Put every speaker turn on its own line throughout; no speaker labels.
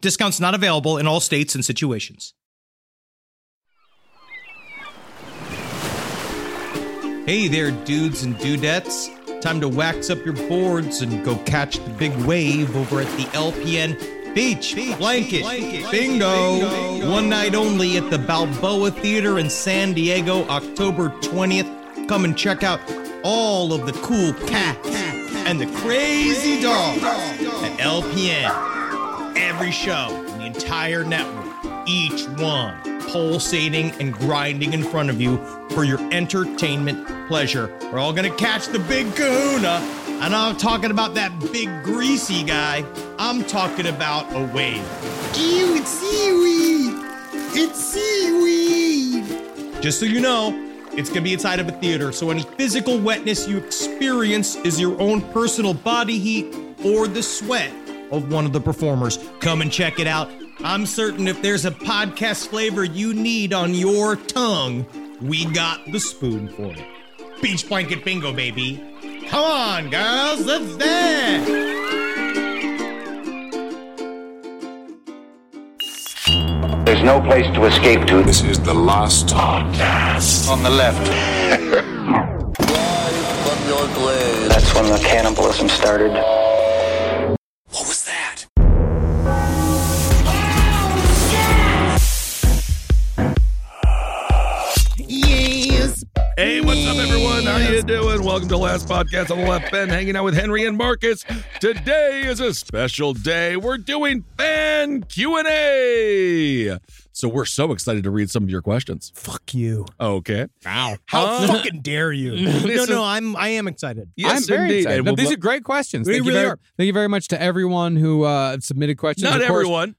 Discounts not available in all states and situations. Hey there, dudes and dudettes. Time to wax up your boards and go catch the big wave over at the LPN Beach, Blanket, Bingo. One night only at the Balboa Theater in San Diego, October 20th. Come and check out all of the cool cats and the crazy dogs at LPN. Every show, in the entire network, each one pulsating and grinding in front of you for your entertainment pleasure. We're all gonna catch the big kahuna. And I'm talking about that big greasy guy. I'm talking about a wave. Ew, it's seaweed! It's seaweed! Just so you know, it's gonna be inside of a theater, so any physical wetness you experience is your own personal body heat or the sweat of one of the performers. Come and check it out. I'm certain if there's a podcast flavor you need on your tongue, we got the spoon for it. Beach blanket bingo, baby. Come on, girls, let's dance.
There's no place to escape to.
This is the last podcast on the left.
That's when the cannibalism started.
What was that?
Hey, what's up, everyone? How you doing? Welcome to Last Podcast on the Left Bend, hanging out with Henry and Marcus. Today is a special day. We're doing fan Q and A, so we're so excited to read some of your questions.
Fuck you.
Okay.
Wow.
How Uh,
fucking dare you?
This
no,
is-
no, I'm I am excited.
Yes,
I'm very
indeed.
excited.
And
No,
we'll
these
lo-
are great questions.
They
Thank
really
you very,
are.
Thank you very much to everyone who uh, submitted questions.
not
Of course-
everyone.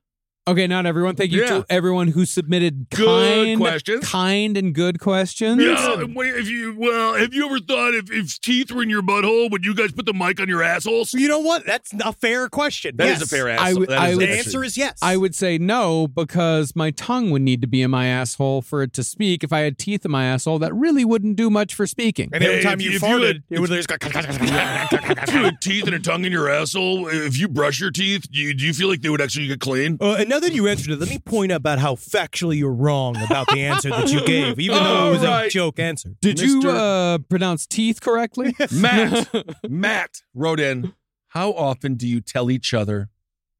Okay, not everyone. Thank you
Yeah.
to everyone who submitted
Good
kind,
questions.
kind and good questions.
Yeah, wait, if you well, have you ever thought if, if teeth were in your butthole, would you guys put the mic on your assholes?
You know what? That's a fair question.
That is
Yes.
a fair
I
asshole.
would-
That
I
is
would-
The
an
answer is yes.
I would say no because my tongue would need to be in my asshole for it to speak. If I had teeth in my asshole, that really wouldn't do much for speaking.
And every
Hey,
time
if
you
you- if you
farted,
had-
it would just
If you had teeth and a tongue in your asshole, if you brush your teeth, do you, do you feel like they would actually get clean?
Uh, and now that you answered it, let me point out about how factually you're wrong about the answer that you gave, even though it was a
Alright.
joke answer.
Did you uh, pronounce teeth correctly?
Matt, Matt wrote in, how often do you tell each other,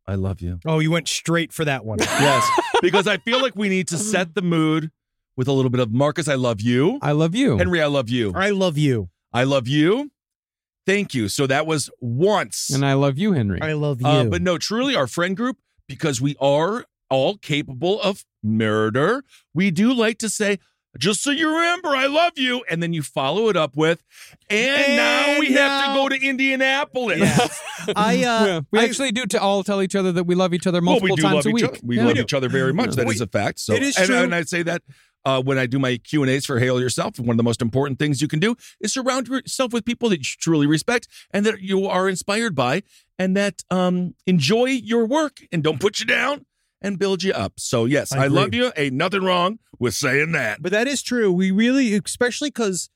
I love you?
Oh, you went straight for that one.
Yes, because I feel like we need to set the mood with a little bit of Marcus, I love you.
I love you.
Henry, I love you.
I love you.
I love you. Thank you. So that was once.
and I love you, Henry.
I love you.
Uh, but no, truly our friend group, because we are all capable of murder, we do like to say, just so you remember, I love you. And then you follow it up with, and,
And
now we have
now-
to go to Indianapolis.
Yeah. I, uh,
Yeah, we
I-
actually do to all tell each other that we love each other
Well,
multiple
we do
times
love
a
each
week.
other. We
Yeah.
love each other very much. That is
We-
a fact. So
it is
and,
true.
and I say that uh, when I do my Q and A's for Hail Yourself, one of the most important things you can do is surround yourself with people that you truly respect and that you are inspired by, and that um, enjoy your work and don't put you down and build you up. So yes,
I
I, love
agree.
you. Ain't nothing wrong with saying that.
But that is true. We really, especially because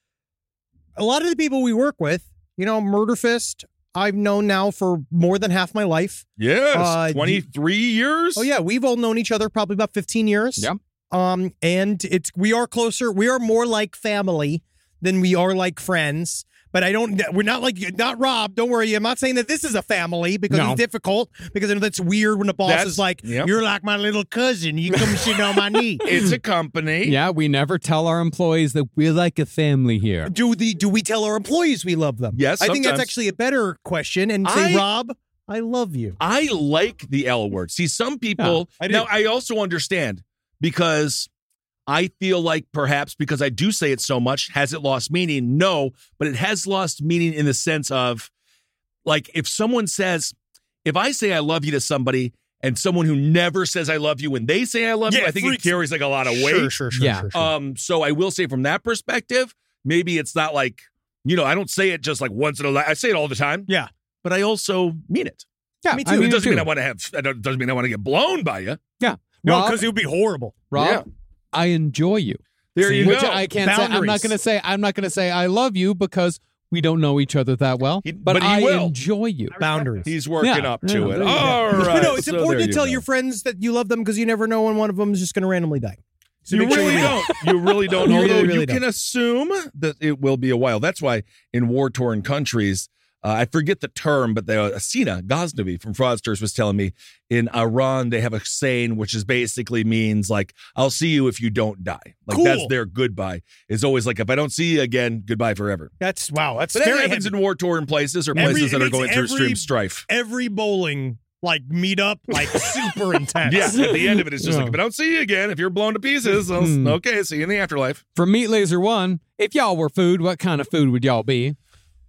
a lot of the people we work with, you know, Murderfist, I've known now for more than half my life.
Yes,
Uh, you-
twenty three years.
Oh yeah, we've all known each other probably about fifteen years.
Yeah.
Um, and it's we are closer. We are more like family than we are like friends But I don't. We're not like not Rob. Don't worry. I'm not saying that this is a family because
No.
it's difficult. Because I know that's weird when the boss
That's-
is like,
yep.
"You're like my little cousin. You come sitting on my knee."
It's a company.
Yeah, we never tell our employees that we're like a family here.
Do the do we tell our employees we love them?
Yes,
I think that's
sometimes.
actually a better question. And say,
I-
Rob, I love you.
I like the L word. See, some people
I do.
now I also understand because I feel like perhaps because I do say it so much, has it lost meaning? No, but it has lost meaning in the sense of like if someone says, if I say I love you to somebody and someone who never says I love you when they say I love you,
Yeah,
I think it
freaks-
carries like a lot of weight.
Sure, sure, sure,
Yeah.
sure, sure.
Um, so I will say from that perspective, maybe it's not like, you know, I don't say it just like once in a while. I say it all the time.
Yeah.
But I also mean it.
Yeah,
me
I
too.
mean
it doesn't
too.
mean I want to have. It doesn't mean I want to get blown by you.
no,
Rob-
because it would be horrible.
Rob,
Yeah.
I enjoy you.
There you
Which
go.
I can't say. I'm
Boundaries.
not going to say. I'm not going to say I love you because we don't know each other that well.
He-
but
but he
I
will.
enjoy you.
Boundaries.
He's working
Yeah.
up to
No,
it.
there you go.
All right.
no, it's
so
important
there
to
you
tell
go.
your friends that you love them because you never know when one of them is just going to randomly die. So
you
make sure
really
you-
don't. You really don't.
You
Although
really, really
you can assume that it will be a while. That's why in war torn countries, uh, I forget the term, but the uh, Sina Ghaznavi from Fraudsters was telling me in Iran they have a saying which is basically means like "I'll see you if you don't die." Like that's
Cool.
their goodbye. Is always like if I don't see you again, goodbye forever.
That's wow. That's
So that
very
happens
heavy.
in war torn places or
Every-
places that
it
are going
makes
through
every-
extreme strife.
every bowling like meetup like super intense.
Yeah, at the end of it, it's just
Yeah.
like if I don't see you again, if you're blown to pieces, I'll,
Hmm.
okay, see you in the afterlife.
From Meat Laser One, if y'all were food, what kind of food would y'all be?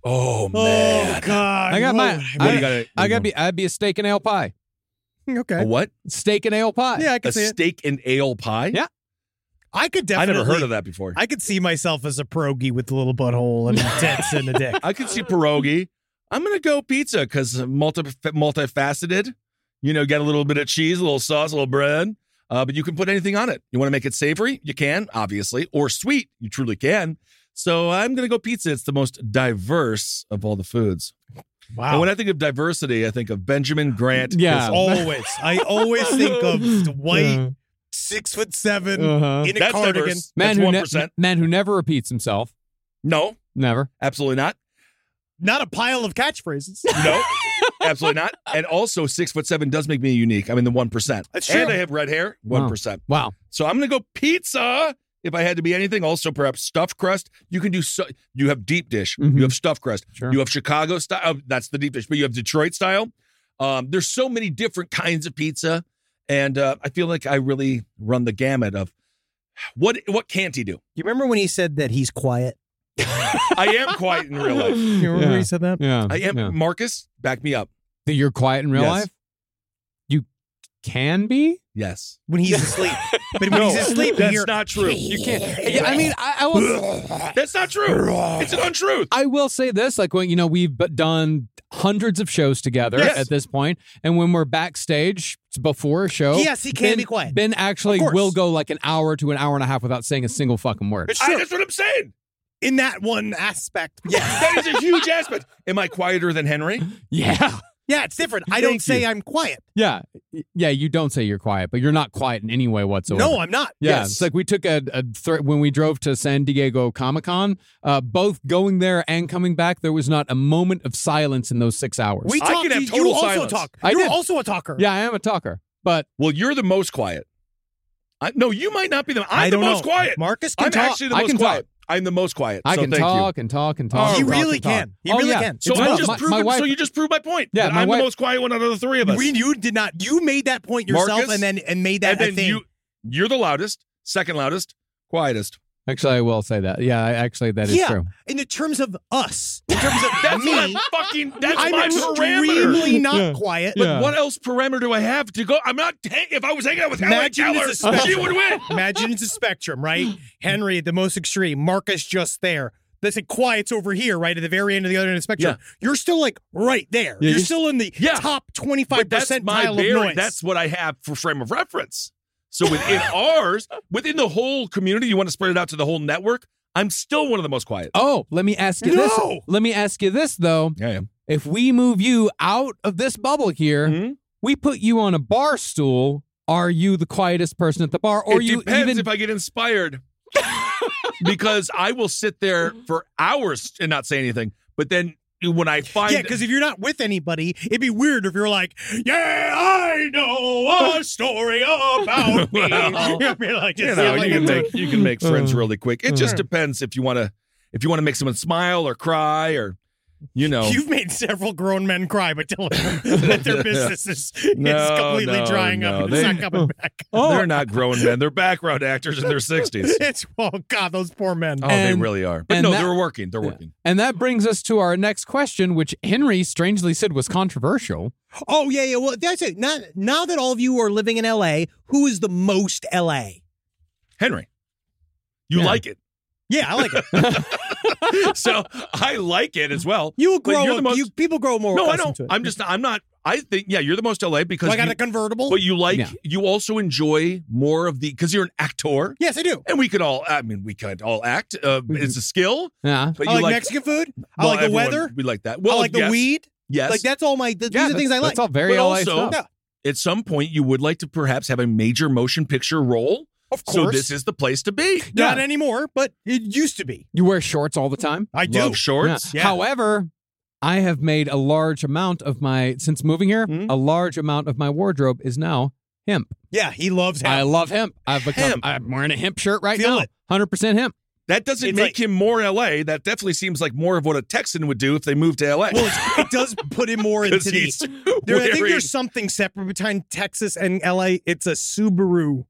Oh
Oh God.
I got
Whoa.
my-
What do you
I-
got?
I gotta be. I'd be a steak and ale pie.
a
Okay.
what?
Steak and ale pie.
Yeah, I can
A
see it.
steak and ale pie?
Yeah.
I could
I
definitely.
never heard of that before. I,
I could see myself as a pierogi with a little butthole and tits and a dick.
could see pierogi. I'm gonna go pizza because multi multifaceted. You know, get a little bit of cheese, a little sauce, a little bread. Uh, but you can put anything on it. You want to make it savory? You can, obviously, or sweet. You truly can. So I'm gonna go pizza. It's the most diverse of all the foods. And
Wow.
when I think of diversity, I think of Benjamin Grant.
Yeah.
always, I always think of the white six foot seven
Uh-huh.
in a
That's
cardigan.
diverse.
Man
That's
who
one
ne-
percent.
man who never repeats himself.
No,
Never.
absolutely not.
Not a pile of catchphrases.
No, absolutely not. And also, six foot seven does make me unique. I'm in the one percent.
That's
And
true.
I have red hair,
Wow.
one percent.
Wow.
So I'm gonna go pizza. If I had to be anything, also perhaps stuffed crust. You can do so. You have deep dish.
Mhm.
You have stuffed crust.
Sure.
You have Chicago style. oh, that's the deep dish, but you have Detroit style. Um, there's so many different kinds of pizza, and uh, I feel like I really run the gamut of what what can't he do?
You remember when he said that he's quiet?
I am quiet in real life.
You remember when
yeah.
he said that?
yeah.
I am
Yeah.
Marcus. Back me up.
That you're quiet in real
Yes.
life. You can be.
Yes.
When he's asleep. But when he's asleep,
that's
you're-
not true. You can't.
Yeah, I mean, I, I will.
That's not true. It's an untruth.
I will say this: like when you know we've b- done hundreds of shows together
Yes.
at this point, and when we're backstage before a show,
Yes, he can
Ben,
be quiet.
Ben actually
Of course.
will go like an hour to an hour and a half without saying a single fucking word.
It's
I,
true.
that's what I'm saying.
in that one aspect. Yeah.
That is a huge aspect. Am I quieter than Henry?
Yeah,
Yeah, it's different. I don't
Thank
say
you.
I'm quiet.
yeah, yeah. You don't say you're quiet, but you're not quiet in any way whatsoever.
no, I'm not.
Yeah,
Yes.
it's like we took a, a thr when we drove to San Diego Comic Con. Uh, both going there and coming back, there was not a moment of silence in those six hours.
We
I
talk.
can have
you- you
total
also
silence.
talk.
I
You're
did.
also a talker.
yeah, I am a talker, but
Well, you're the most quiet. I, no, you might not be the. I'm
I don't
the most
know.
quiet.
Marcus can
I'm
talk.
actually the
I
most
can talk.
quiet. I'm the most quiet.
I
so
can
thank
talk and talk and talk.
Oh,
and
you
talk
really
and talk.
can. You
Oh,
really
yeah.
can.
You. So
It's
I
not-
just
my,
proved.
my wife.
so you just proved my point.
Yeah,
that
my
I'm
wife-
the most quiet one out of the three of us.
We, you did not. You made that point yourself,
Marcus,
and then and made that
and
a
then
thing.
you. You're the loudest, second loudest, quietest.
Actually, I will say that. Yeah, I, actually, that is
Yeah.
true.
in the terms of us, in terms of
That's
me,
what I'm fucking. That's
I'm
my parameter.
extremely not
Yeah.
quiet.
Yeah.
What else parameter do I have to go? I'm not. hang- if I was hanging out with Helen
Imagine
Keller,
it's a
she
special-
would win.
Imagine it's a spectrum, right? Henry at the most extreme, Marcus just there. This it quiets over here, right at the very end of the other end of the spectrum. You're still like right there.
Yeah,
you're
you-
still in the
Yeah.
top twenty five
But that's
percent
my
pile of
bar-
noise.
That's what I have for frame of reference. So within ours, within the whole community, you want to spread it out to the whole network. I'm still one of the most quiet.
Oh, let me ask you this.
No!
Let me ask you this though.
Yeah, I am.
If we move you out of this bubble here,
Mhm.
we put you on a bar stool. Are you the quietest person at the bar, or
it
you
depends
even?
if I get inspired. because I will sit there for hours and not say anything. But then when I find
yeah, because if you're not with anybody, it'd be weird if you're like, "Yeah, I know a story about me."
Well,
You'd be like,
you
just
know,
like
you can
it's a-
make you can make friends really quick. It just
Uh.
depends if you want to if you want to make someone smile or cry or you know.
You've made several grown men cry by telling them that their business is, is
No,
completely
no,
drying up. and
no.
It's
They- Oh.
not coming back.
They're not grown men. They're background actors in their 60s.
It's oh god, those poor men.
Oh,
And-
they really are. But
and
no,
that-
they're working. They're
Yeah.
working.
And that brings us to our next question, which Henry strangely said was controversial.
Oh yeah, yeah. Well, that's it. Now, now that all of you are living in L.A., who is the most L.A.?
Henry, you
Yeah.
like it.
Yeah, I like it.
So I like it as well.
You
But
grow
you're the
up.
most-
you, people grow more.
no, I
accustomed
don't.
To it.
I'm just, I'm not, I think, yeah, you're the most LA because,
Well, I got
you,
a convertible.
but you like,
Yeah.
you also enjoy more of the, because you're an actor
yes, I do.
and we could all, I mean, we could all act. Uh, it's a skill,
Yeah.
but
Mm-hmm. I
you
like,
like,
Mexican food. I
well,
like the
everyone-
weather.
We like that. Well,
I like
yes,
the weed.
Yes.
Like that's all my. th- These
Yeah,
are things I like.
That's all very
But
LA
also-
stuff.
Yeah,
At some point, you would like to perhaps have a major motion picture role.
of
So
course.
this is the place to be.
not anymore, but it used to be.
You wear shorts all the time.
I do.
Love shorts.
Yeah. However, I have made a large amount of my since moving here.
Hmm?
Mhm.
A large amount of my wardrobe is now hemp.
Yeah, he loves hemp.
I love hemp. I've become.
Hemp.
I'm wearing a hemp shirt right
Feel
now.
it.
Hundred percent hemp.
That doesn't
It's
make
like-
him more LA. That definitely seems like more of what a Texan would do if they moved to LA.
well, it's, it does put him more into
'Cause
the.
he's
There, I think
wearing-
there's something separate between Texas and LA. It's a Subaru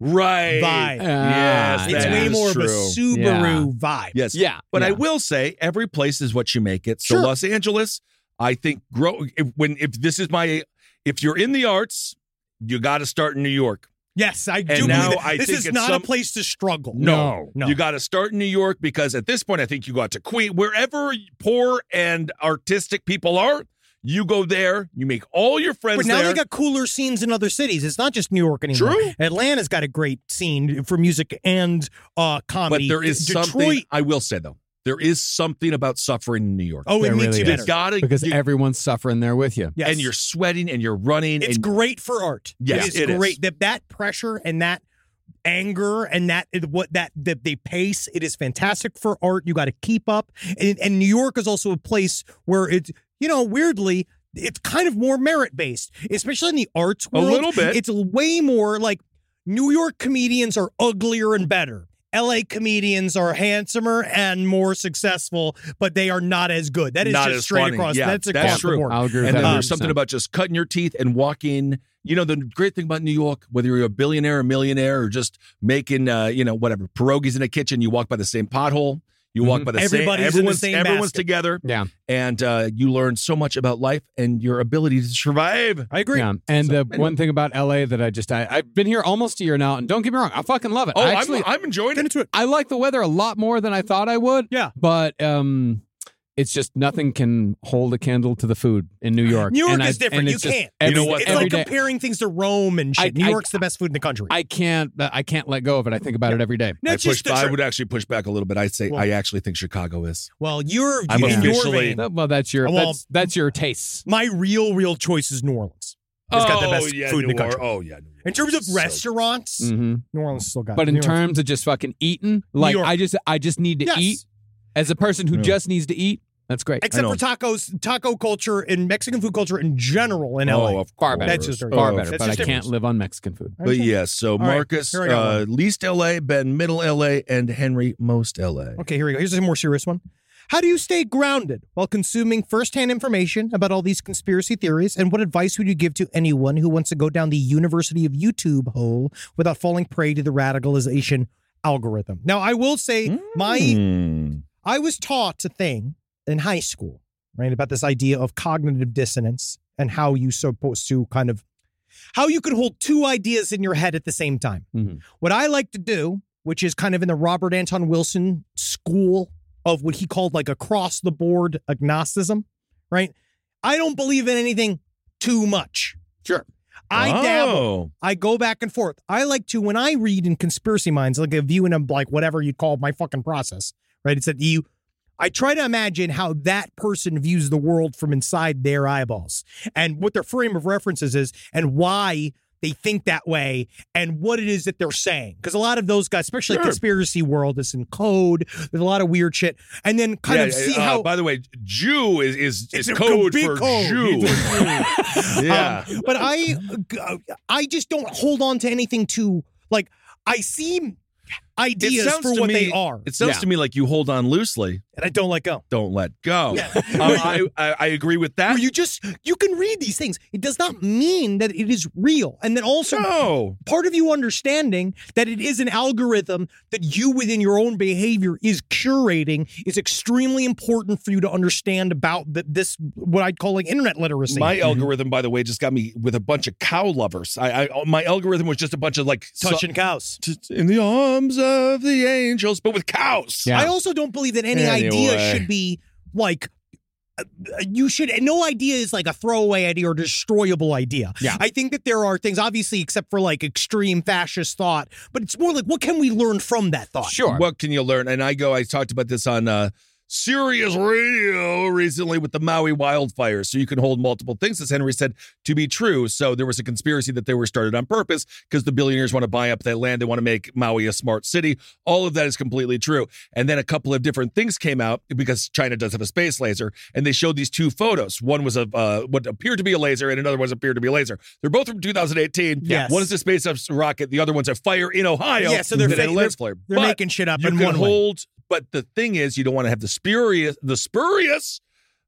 right.
vibe.
Yes,
Ah,
it's
that
way
is
more of a
true.
Subaru vibe.
Yes.
Yeah,
But I
yeah.
will say every place is what you make it. So
Sure.
Los Angeles, I think grow if, when if this is my if you're in the arts, you got to start in New York.
Yes, I do.
And
believe
now
that.
I
this
think
is
it's
not
some-
a place to struggle.
No.
no.
You got to start in New York because at this point I think you go out to Queen wherever poor and artistic people are, you go there, you make all your friends
but now
there.
they got cooler scenes in other cities. It's not just New York anymore.
True.
Atlanta's got a great scene for music and uh,
but
comedy.
there is
Detroit,
something I will say though. There is something about suffering in New York.
Oh, it
There
makes
really
you
is.
you
better.
got to
because e-, everyone's suffering there with you.
Yes.
and you're sweating and you're running
It's
and
great for art.
Yes,
it's
it is.
great that that pressure and that anger and that what that the, the pace. It is fantastic for art. You got to keep up, and, and New York is also a place where it's you know weirdly. It's kind of more merit based, especially in the arts
A
world.
little bit.
It's way more like New York comedians are uglier and better. LA comedians are handsomer and more successful, but they are not as good. That is
Not
just
as
straight
funny.
across.
Yeah,
that's
that's
across the
true.
board.
I'll agree with
and
that.
then there's
100%.
something about just cutting your teeth and walking. You know, the great thing about New York, whether you're a billionaire or millionaire or just making, uh, you know, whatever, pierogies in a kitchen, you walk by the same pothole. You walk
Mhm.
by the
Everybody's in
same,
the
everyone's,
same
everyone's
basket.
together.
Yeah.
And uh, you learn so much about life and your ability to survive.
I agree.
Yeah. And
So,
the one thing about LA that I just I, I've been here almost a year now, and don't get me wrong, I fucking love it.
Oh,
I actually
I'm, I'm enjoying
Get
it.
into it.
I like the weather a lot more than I thought I would.
Yeah.
But um it's just nothing can hold a candle to the food in New York.
New York
And I-
is different.
and
You
it's just
can't.
You know
every-
what,
It's
every
like
day-
comparing things to Rome and shit.
I-
New
I-
York's the best food in the country.
I can't uh, I can't let go of it. I think about it every day.
No,
I,
it's just
pushed, I
the-
would actually push back a little bit. I'd say
Well-
I actually think Chicago is.
well, you're
I'm
in your
officially-
vein,
No, Well, that's your
Well-
that's that's your tastes.
my real, real choice is New Orleans. It's got the best food in the country.
Oh, yeah. New
In terms of
Orleans. So- Mm.
restaurants,
hmm
New Orleans still got. it.
But in
New Orleans.
terms of just fucking eating, like
York.
I just I just need to
Yes.
eat as a person who
Yeah.
just needs to eat. That's great.
except
I
for
know.
tacos, taco culture and Mexican food culture in general in LA.
Oh, of
Far
course.
better.
That's just our-
Far
Oh,
better,
that's
but I
just
can't
different.
live on Mexican food.
But yes, so
right,
Marcus,
here I got
uh, least LA, Ben, middle LA, and Henry, most LA.
Okay, here we go. Here's a more serious one. How do you stay grounded while consuming firsthand information about all these conspiracy theories? And what advice would you give to anyone who wants to go down the University of YouTube hole without falling prey to the radicalization algorithm? Now, I will say
Mm.
my
Hmm.
I was taught a thing in high school, right, about this idea of cognitive dissonance and how you supposed to kind of how you could hold two ideas in your head at the same time.
Mhm.
What I like to do, which is kind of in the Robert Anton Wilson school of what he called like across the board agnosticism, right? I don't believe in anything too much.
Sure.
I
oh.
dabble. I go back and forth. I like to when I read in conspiracy minds, like a view in a like whatever you'd call my fucking process, right? It's that you I try to imagine how that person views the world from inside their eyeballs and what their frame of references is and why they think that way and what it is that they're saying. Because a lot of those guys, especially
Sure.
conspiracy world, it's in code. There's a lot of weird shit. And then kind of
Yeah,
see
uh,
how
By the way, Jew is is, is
a
code
big
for
code.
Jew. yeah.
Um, but I, I just don't hold on to anything too like I see ideas for what they are,
It sounds
Yeah.
to me like you hold on loosely,
and I don't let go.
don't let go. Um, I, I, I agree with that.
Where you just you can read these things. It does not mean that it is real, and then also.
no.
Part of you understanding that it is an algorithm that you within your own behavior is curating is extremely important for you to understand about th- this, what I'd call like internet literacy.
My algorithm, by the way, just got me with a bunch of cow lovers. I, I my algorithm was just a bunch of like so-
touching cows.
t- t- in the arms of the angels, but with cows.
Yeah.
I also don't believe that any idea
Anyway.
should be like uh, you should no idea is like a throwaway idea or destroyable idea.
Yeah.
I think that there are things obviously except for like extreme fascist thought, but it's more like what can we learn from that thought?
Sure.
What can you learn? And I go, I talked about this on uh, Sirius Radio recently with the Maui wildfires. So you can hold multiple things, as Henry said, to be true. So there was a conspiracy that they were started on purpose because the billionaires want to buy up that land. They want to make Maui a smart city. All of that is completely true. And then a couple of different things came out because China does have a space laser. And they showed these two photos. One was of uh, what appeared to be a laser, and another was appeared to be a laser. They're both from 2018.
Yes.
One is a space rocket, the other one's a fire in Ohio.
Yeah, so they're
that had
fake-
lens flare.
They're
But-
making shit up
you
in
can
one way.
hold, but the thing is, you don't want to have the spurious, the spurious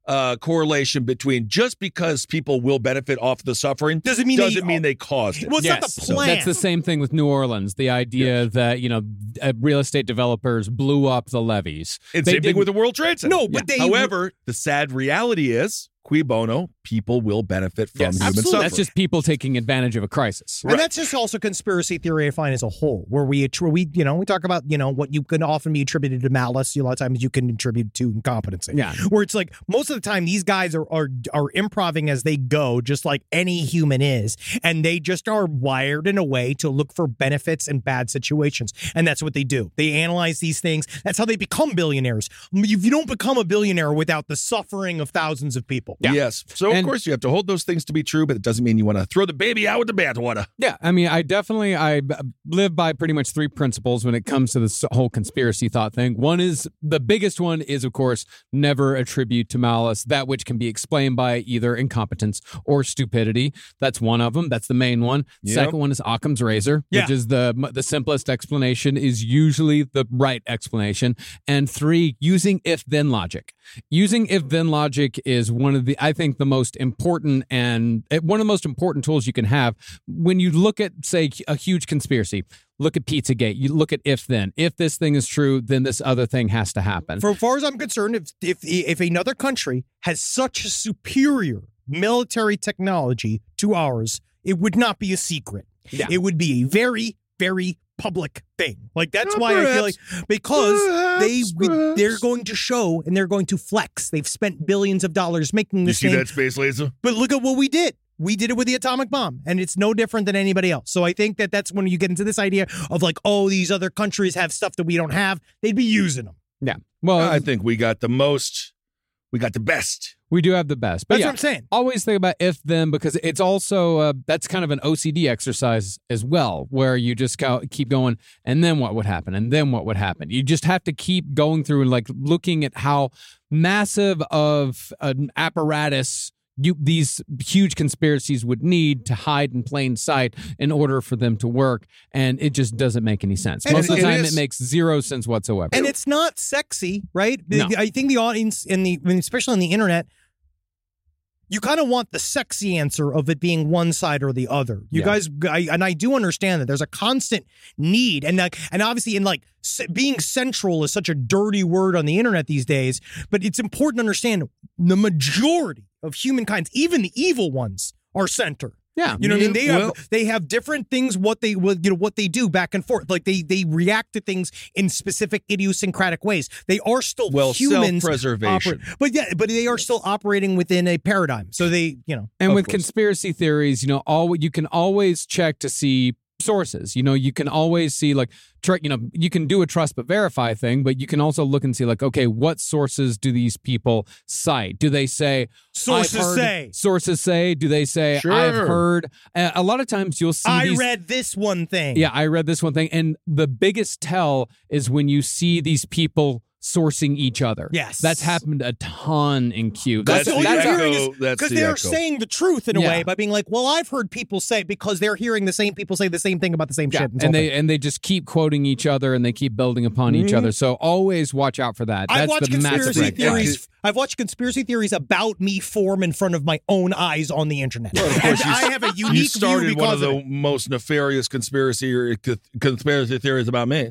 uh, correlation between just because people will benefit off the suffering
Doesn't mean
doesn't
they-
mean they caused it.
Well, it's not
Yes.
the
So
plan.
That's the same thing with New Orleans. The idea that you know uh, real estate developers blew up the levies.
It's same
They
thing
didn't-
with the World Trade Center.
No, but Yeah. they-
However, the sad reality is, qui bono, people will benefit from
Yes.
human
Absolutely.
suffering.
That's just people taking advantage of a crisis.
And that's just also conspiracy theory I find as a whole, where we attr- we you know we talk about you know what you can often be attributed to malice. A lot of times you can attribute to incompetency.
Yeah.
where it's like most of the time these guys are are are improving as they go, just like any human is, and they just are wired in a way to look for benefits in bad situations, and that's what they do. They analyze these things. That's how they become billionaires. You, you don't become a billionaire without the suffering of thousands of people.
Yes. So, of
And-
course, you have to hold those things to be true, but it doesn't mean you want to throw the baby out with the bathwater.
Yeah, I mean, I definitely I b- live by pretty much three principles when it comes to this whole conspiracy thought thing. One is the biggest one is of course never attribute to malice that which can be explained by either incompetence or stupidity. That's one of them. That's the main one.
Yep.
Second one is Occam's razor, which
Yeah.
is the m- the simplest explanation is usually the right explanation. And three, using if then logic. Using if then logic is one of the I think the most important and eh, one of the most important tools you can have when you look at say a huge conspiracy. Look at Pizzagate. You look at if then. If this thing is true, then this other thing has to happen.
For far as I'm concerned, if if if another country has such superior military technology to ours, it would not be a secret.
Yeah.
It would be a very very public thing. Like that's why I feel like
Perhaps.
because they
Perhaps,
would, they're
perhaps.
going to show and they're going to flex. They've spent billions of dollars making
You
this
see
thing.
that space laser?
But look at what we did. We did it with the atomic bomb, and it's no different than anybody else. So I think that that's when you get into this idea of like, oh, these other countries have stuff that we don't have. They'd be using them.
yeah. Well,
Um,
I think we got the most. We got the best.
we do have the best. But
That's
yeah,
what I'm saying.
always think about if then because it's also uh, that's kind of an OCD exercise as well, where you just go, keep going and then what would happen and then what would happen. You just have to keep going through and like looking at how massive of an apparatus you these huge conspiracies would need to hide in plain sight in order for them to work, and it just doesn't make any sense.
And
Most of
it
the time,
is-
it makes zero sense whatsoever.
and it's not sexy, right?
No.
I think the audience and the and especially on the internet, you kind of want the sexy answer of it being one side or the other. You
Yeah.
guys, I, and I do understand that there's a constant need, and like, and obviously, in like s- being central is such a dirty word on the internet these days. But it's important to understand the majority of humankind, even the evil ones, are center.
yeah,
You know what I mean? They have
Well-
they have different things what they what, you know what they do back and forth. Like they they react to things in specific idiosyncratic ways. They are still
Well,
humans.
self-preservation.
oper- but yeah, but they are still operating within a paradigm. So they, you know,
And
Of
with
course.
conspiracy theories, you know, all you can always check to see sources. You know, you can always see like, tr- you know, you can do a trust but verify thing, but you can also look and see like, okay, what sources do these people cite? Do they say
Sources
"I've heard-"
say.
Sources say. Do they say I've
Sure.
heard? Uh, a lot of times you'll see.
I
these-
read this one thing.
Yeah, I read this one thing, and the biggest tell is when you see these people sourcing each other.
Yes.
that's happened a ton in Q.
That's
That's all
the
you're
echo.
hearing is
That's
because
the
they're
echo.
saying the truth in a
Yeah.
way by being like, "Well, I've heard people say," because they're hearing the same people say the same thing about the same
Yeah,
shit.
and they and they just keep quoting each other and they keep building upon each other. So always watch out for that.
I
That's
watched
the massive
conspiracy
red flag.
theories. I've watched conspiracy theories about me form in front of my own eyes on the internet.
of
and
course, you-
I have a unique
you started
view
one
because
of the
it.
most nefarious conspiracy or c- conspiracy theories about me.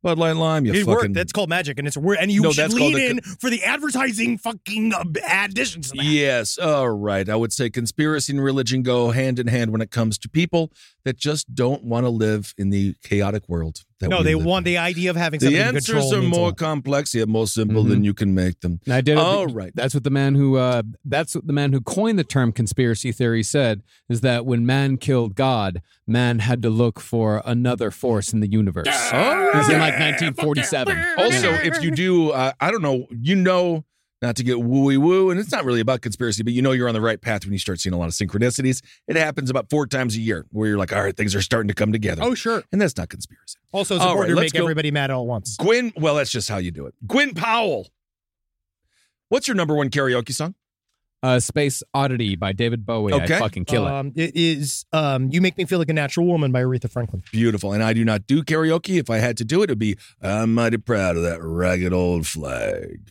Bud Light Lime, you
It
fucking.
worked. That's called magic, and it's weird. And you
No,
should
that's called
lead
a
in for the advertising fucking uh, additions. To that.
Yes, all right. I would say conspiracy and religion go hand in hand when it comes to people that just don't want to live in the chaotic world. That
No,
we
they
live
want
in.
the idea of having
The
something to
answers
control Mm-hmm.
are
means a
more
lot.
complex yet more simple than you can make them.
And I did.
All right.
That's what the man who uh, that's what the man who coined the term conspiracy theory said is that when man killed God, man had to look for another force in the universe. It was in like 1947.
Also,
Yeah.
if you do, uh, I don't know, you know, not to get wooey woo, and it's not really about conspiracy, but you know you're on the right path when you start seeing a lot of synchronicities. It happens about four times a year where you're like, all right, things are starting to come together.
Oh, sure.
and that's not conspiracy.
Also, it's
All
important
right,
to
let's
make
go-
everybody mad all at once.
Gwen, well, that's just how you do it. Gwen Powell. What's your number one karaoke song?
uh, Space Oddity by David Bowie. I
Okay.
fucking kill it.
Um, it is um, "You Make Me Feel Like a Natural Woman" by Aretha Franklin.
Beautiful. And I do not do karaoke. If I had to do it, it would be I'm mighty proud of that ragged old flag.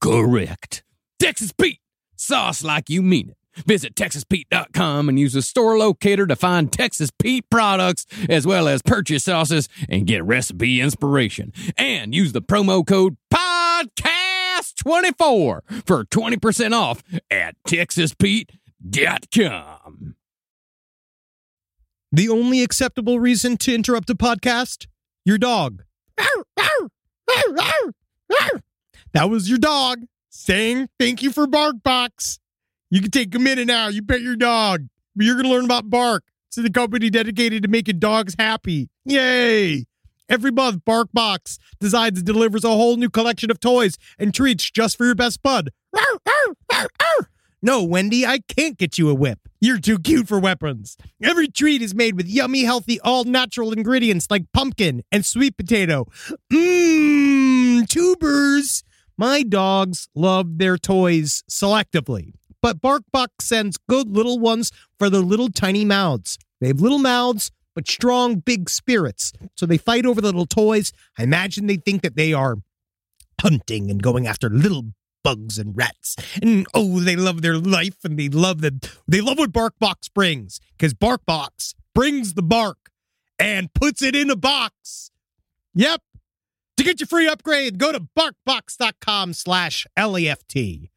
correct. Texas Pete sauce like you mean it. Visit TexasPete.com and use the store locator to find Texas Pete products as well as purchase sauces and get recipe inspiration. And use the promo code PODCAST24 for 20% off at TexasPete.com.
The only acceptable reason to interrupt a podcast? Your dog. That was your dog saying thank you for BarkBox. You can take a minute now. You pet your dog. But you're going to learn about Bark. It's the company dedicated to making dogs happy. Yay! Every month, BarkBox designs and delivers a whole new collection of toys and treats just for your best bud. No, Wendy, I can't get you a whip. You're too cute for weapons. Every treat is made with yummy, healthy, all natural ingredients like pumpkin and sweet potato. Mmm, tubers. My dogs love their toys selectively, but BarkBox sends good little ones for their little tiny mouths. They have little mouths, but strong, big spirits. So they fight over the little toys. I imagine they think that they are hunting and going after little bugs and rats. And oh, they love their life and they love the they love what BarkBox brings because BarkBox brings the bark and puts it in a box. Yep. To get your free upgrade, go to barkbox.com slash E LEFT.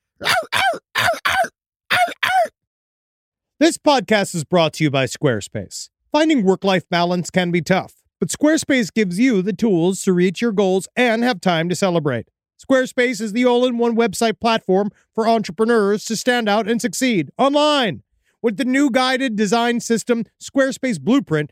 This podcast is brought to you by Squarespace. Finding work life balance can be tough, but Squarespace gives you the tools to reach your goals and have time to celebrate. Squarespace is the all in one website platform for entrepreneurs to stand out and succeed online. With the new guided design system, Squarespace Blueprint,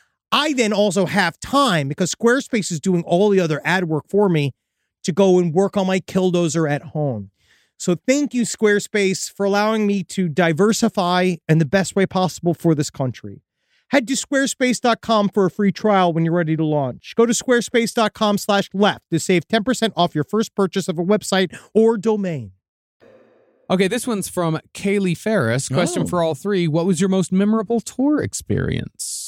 I then also have time because Squarespace is doing all the other ad work for me to go and work on my killdozer at home. So thank you, Squarespace, for allowing me to diversify in the best way possible for this country. Head to squarespace.com for a free trial when you're ready to launch. Go to squarespace.com slash left to save 10% off your first purchase of a website or domain.
Okay, this one's from Kaylee Ferris. Question
Oh.
for all three What was your most memorable tour experience?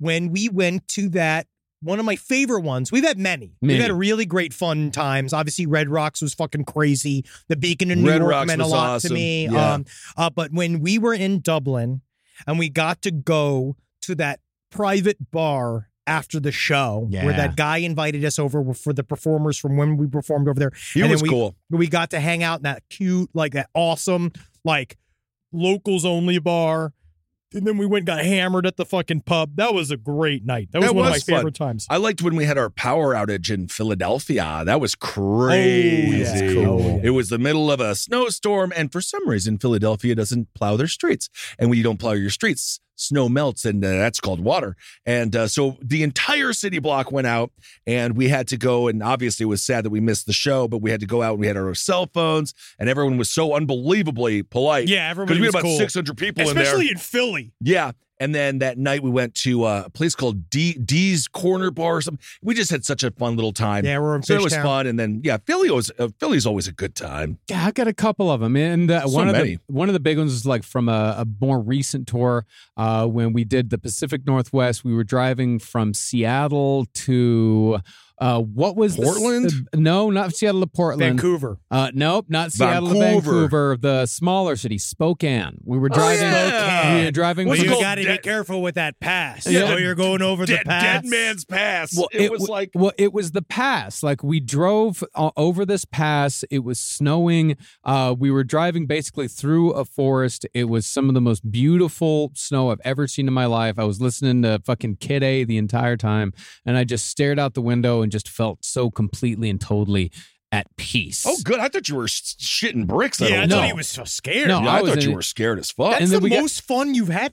when we went to that one of my favorite ones. We've had many.
Many.
We've had really great fun times. Obviously, Red Rocks was fucking crazy. The Beacon in New
Red
York
Rocks
meant a
was
lot
awesome.
to me.
Yeah.
Um, uh, but when we were in Dublin and we got to go to that private bar after the show where
Yeah.
that guy invited us over for the performers from when we performed over there
He
And then
was
we-
cool.
we got to hang out in that cute, like that awesome, like locals only bar. And then we went and got hammered at the fucking pub. That was a great night. That was
That
one
was
of my
fun.
favorite times.
I liked when we had our power outage in Philadelphia. That was
Oh,
crazy.
yeah. Oh, Cool.
It was the middle of a snowstorm, and for some reason, Philadelphia doesn't plow their streets. And when you don't plow your streets, snow melts, and uh, that's called water. And uh, so the entire city block went out, and we had to go. And obviously, it was sad that we missed the show, but we had to go out and we had our cell phones, and everyone was so unbelievably polite.
Yeah, everybody
Because we had
was
about
cool.
600 people in there.
Especially in Philly.
Yeah. And then that night we went to uh, a place called D- D's Corner Bar or something. We just had such a fun little time.
Yeah, we're in
so it was
Fishtown.
fun. And then, yeah, Philly was, uh, Philly's always a good time.
Yeah, I got a couple of them, and uh,
So
one of
many.
the one of the big ones is like from a, a more recent tour uh, when we did the Pacific Northwest. We were driving from Seattle to uh, what was the- uh,
Portland?
no, not Seattle to Portland.
Vancouver.
Uh, nope, not Seattle to
Vancouver. Oh,
Vancouver. The smaller city, Spokane. We were driving.
yeah.
We were driving.
What's
from-
it called? Dead-
careful with that pass.
Yeah,
Oh,
the-
you're going over
Dead, Dead Man's Pass.
Well,
it, was
w-
like,
well, it was the pass. Like we drove uh, over this pass. It was snowing. Uh, we were driving basically through a forest. It was some of the most beautiful snow I've ever seen in my life. I was listening to fucking Kid A the entire time, and I just stared out the window and just felt so completely and totally at peace.
oh, good. I thought you were sh- shitting bricks. That
Yeah, I
whole
No.
thought
time.
he was so scared.
No,
Yeah,
I
I,
was
thought
in
you
it.
were scared as fuck.
And
That's
then
the
we got-
most fun you've had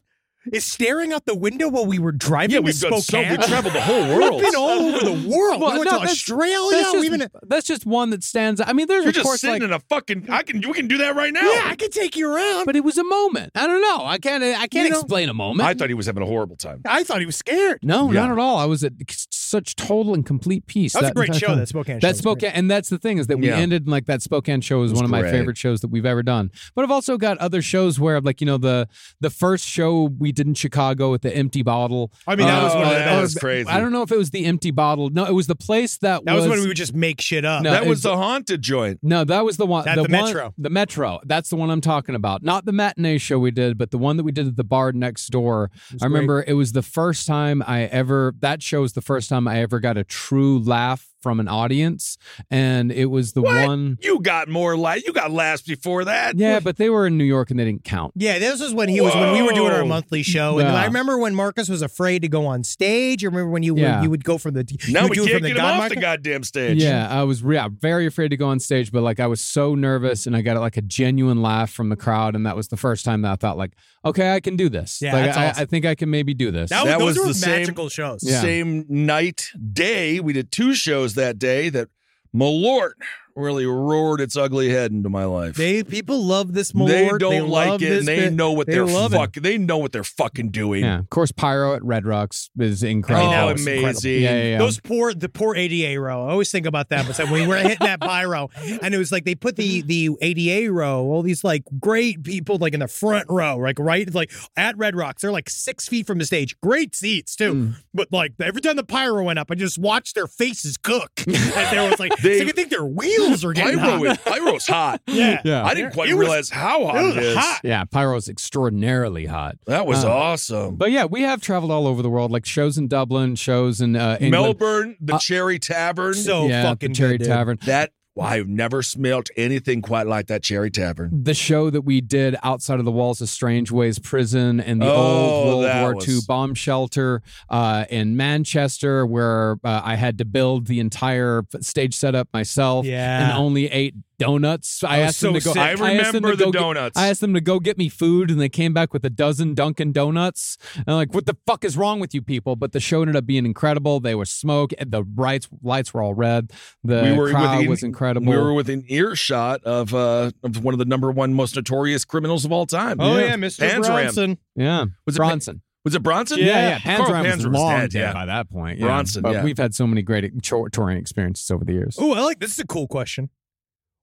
is staring out the window while we were driving
yeah,
to
we've done so.
Spokane.
We traveled the whole
We've
world.
been all over the world.
Well,
we went to
no, that's-
Australia.
that's, just,
we even
that's just one that stands. out. I mean, there's
You're
of
just
course
sitting
like
in a fucking. I can. You can do that right now.
Yeah, I could take you around.
but it was a moment. I don't know. I can't. I can't
You know,
explain a moment.
I thought he was having a horrible time.
I thought he was scared.
No,
Yeah.
not at all. I was at c- such total and complete peace.
That was a
that
great
entire
show,
time.
that Spokane show
That
was great.
Spokane, and that's the thing is that we
Yeah.
ended like that Spokane show is
was
one of my
great.
favorite shows that we've ever done. But I've also got other shows where like you know the the first show we did in Chicago with the empty bottle. Uh,
I mean, that was one of
Oh,
the-
that was crazy.
I don't know if it was the empty bottle. No, it was the place that,
That was, when we would just make shit up.
No.
that
it
was
was-
the haunted joint.
No, that was the one.
At
the,
the
one-
Metro.
The Metro. That's the one I'm talking about. Not the matinee show we did, but the one that we did at the bar next door. I remember it was the first time I ever, that show was the first time I ever got a true laugh from an audience. And it was the
What?
one.
You got more light. You got laughs before that.
Yeah, but they were in New York and they didn't count.
Yeah, this was when he was when we were doing our
Whoa.
monthly show, and
Yeah.
I remember when Marcus was afraid to go on stage. You remember when you
Yeah.
would, you would go from the you
Now
would
we
do it
can't
from
get
the
him off
God
the goddamn stage.
Yeah, I was yeah, very afraid to go on stage, but like I was so nervous and I got like a genuine laugh from the crowd. And that was the first time that I thought, like, okay, I can do this.
Yeah,
like,
that's
I,
awesome.
I think I can maybe do this.
That,
That
was,
was
those were
the same-
magical shows.
Yeah.
Same night, day. We did two shows that day that Malort really roared its ugly head into my life.
They people love this malort.
They don't like
love
it.
this
And they
bit.
know what
They
they are
love it.
fucking. They know what they're fucking doing.
Yeah, of course, Pyro at Red Rocks is
Oh,
incredible.
I know, it's
amazing!
Yeah, yeah, yeah.
Those poor, the poor ADA row. I always think about that. But when we were hitting that by row, and it was like they put the the ADA row, all these like great people, like in the front row, like right, like at Red Rocks, they're like six feet from the stage. Great seats too.
Mm.
But like every time the pyro went up, I just watched their faces cook. And they was like,
They-
it's like, I think their wheels are getting
Pyro
hot.
is Pyro's hot.
Yeah.
Yeah.
I didn't quite
It was-
realize how hot
was
it is.
hot.
Yeah, Pyro's extraordinarily hot.
That was
Uh,
awesome.
But yeah, we have traveled all over the world, like shows in Dublin, shows in uh, England.
Melbourne, the
Uh,
Cherry Tavern.
So
yeah,
fucking
the Cherry
good, dude.
Tavern.
that well, I've never smelt anything quite like that Cherry Tavern.
The show that we did outside of the walls of Strange Ways Prison and the
Oh,
old World
that
War
was-
II bomb shelter uh, in Manchester, where uh, I had to build the entire f- stage setup myself
Yeah.
and only ate donuts. I
Oh,
asked them
so
to go.
sick.
I
asked them
remember
to
the
go get-
donuts.
I asked them to go get me food, and they came back with a dozen Dunkin' Donuts. And I'm like, what the fuck is wrong with you people? But the show ended up being incredible. They were smoke. and The brights, lights were all red. The crowd
within-
was incredible.
We were within earshot of uh of one of the number one most notorious criminals of all time.
Oh yeah, Mr.
Panzeram.
Bronson.
yeah,
Was it Pa-
Bronson.
Was it Bronson?
Yeah, yeah.
Carl
Panzeram was
Panzeram was
long
dead,
dead
yeah.
by that point. Yeah.
Bronson,
But
yeah.
we've had so many great cho- touring experiences over the years.
Oh, I like this. Is a cool question.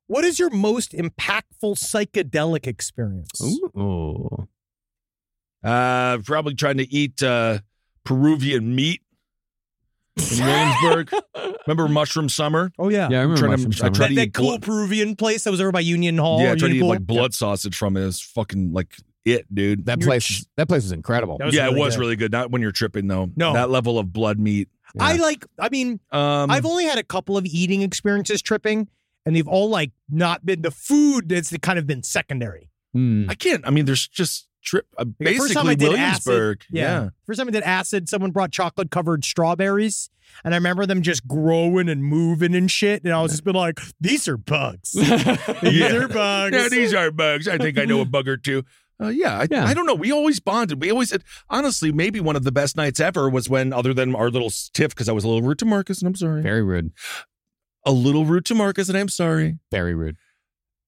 What is your most impactful psychedelic experience?
Ooh.
Uh, probably trying to eat uh, Peruvian meat in Williamsburg. Remember Mushroom Summer?
Oh yeah,
Yeah, I remember
Trying to-
Mushroom
I
Summer.
tried
That,
to
that
eat
cool
blood-
Peruvian place that was over by Union Hall.
yeah, I tried to
Union
eat
Pool.
like blood sausage from it. It's fucking like it, dude.
that
You're
place
ch-
that place was incredible.
That was
yeah,
really
it was
good.
really good. Not when you're tripping though.
No.
that level of blood meat.
Yeah.
I like. I mean,
Um,
I've only had a couple of eating experiences tripping, and they've all like not been the food. That's kind of been secondary.
Mm.
I can't. I mean, there's just trip. Uh,
Like, the
basically,
first time I did
Williamsburg.
Acid, yeah. First time I did acid, someone brought chocolate covered strawberries, and I remember them just growing and moving and shit. And I was just been like, "These are bugs.
Hmm.
These
Yeah.
are bugs."
Yeah, these are bugs. I think I know a bug or two. Uh, yeah, I,
Yeah.
I don't know. We always bonded. We always, honestly, maybe one of the best nights ever was when, other than our little tiff, because I was a little rude to Marcus, and I'm sorry.
Very rude.
A little rude to Marcus, and I'm sorry.
Very rude.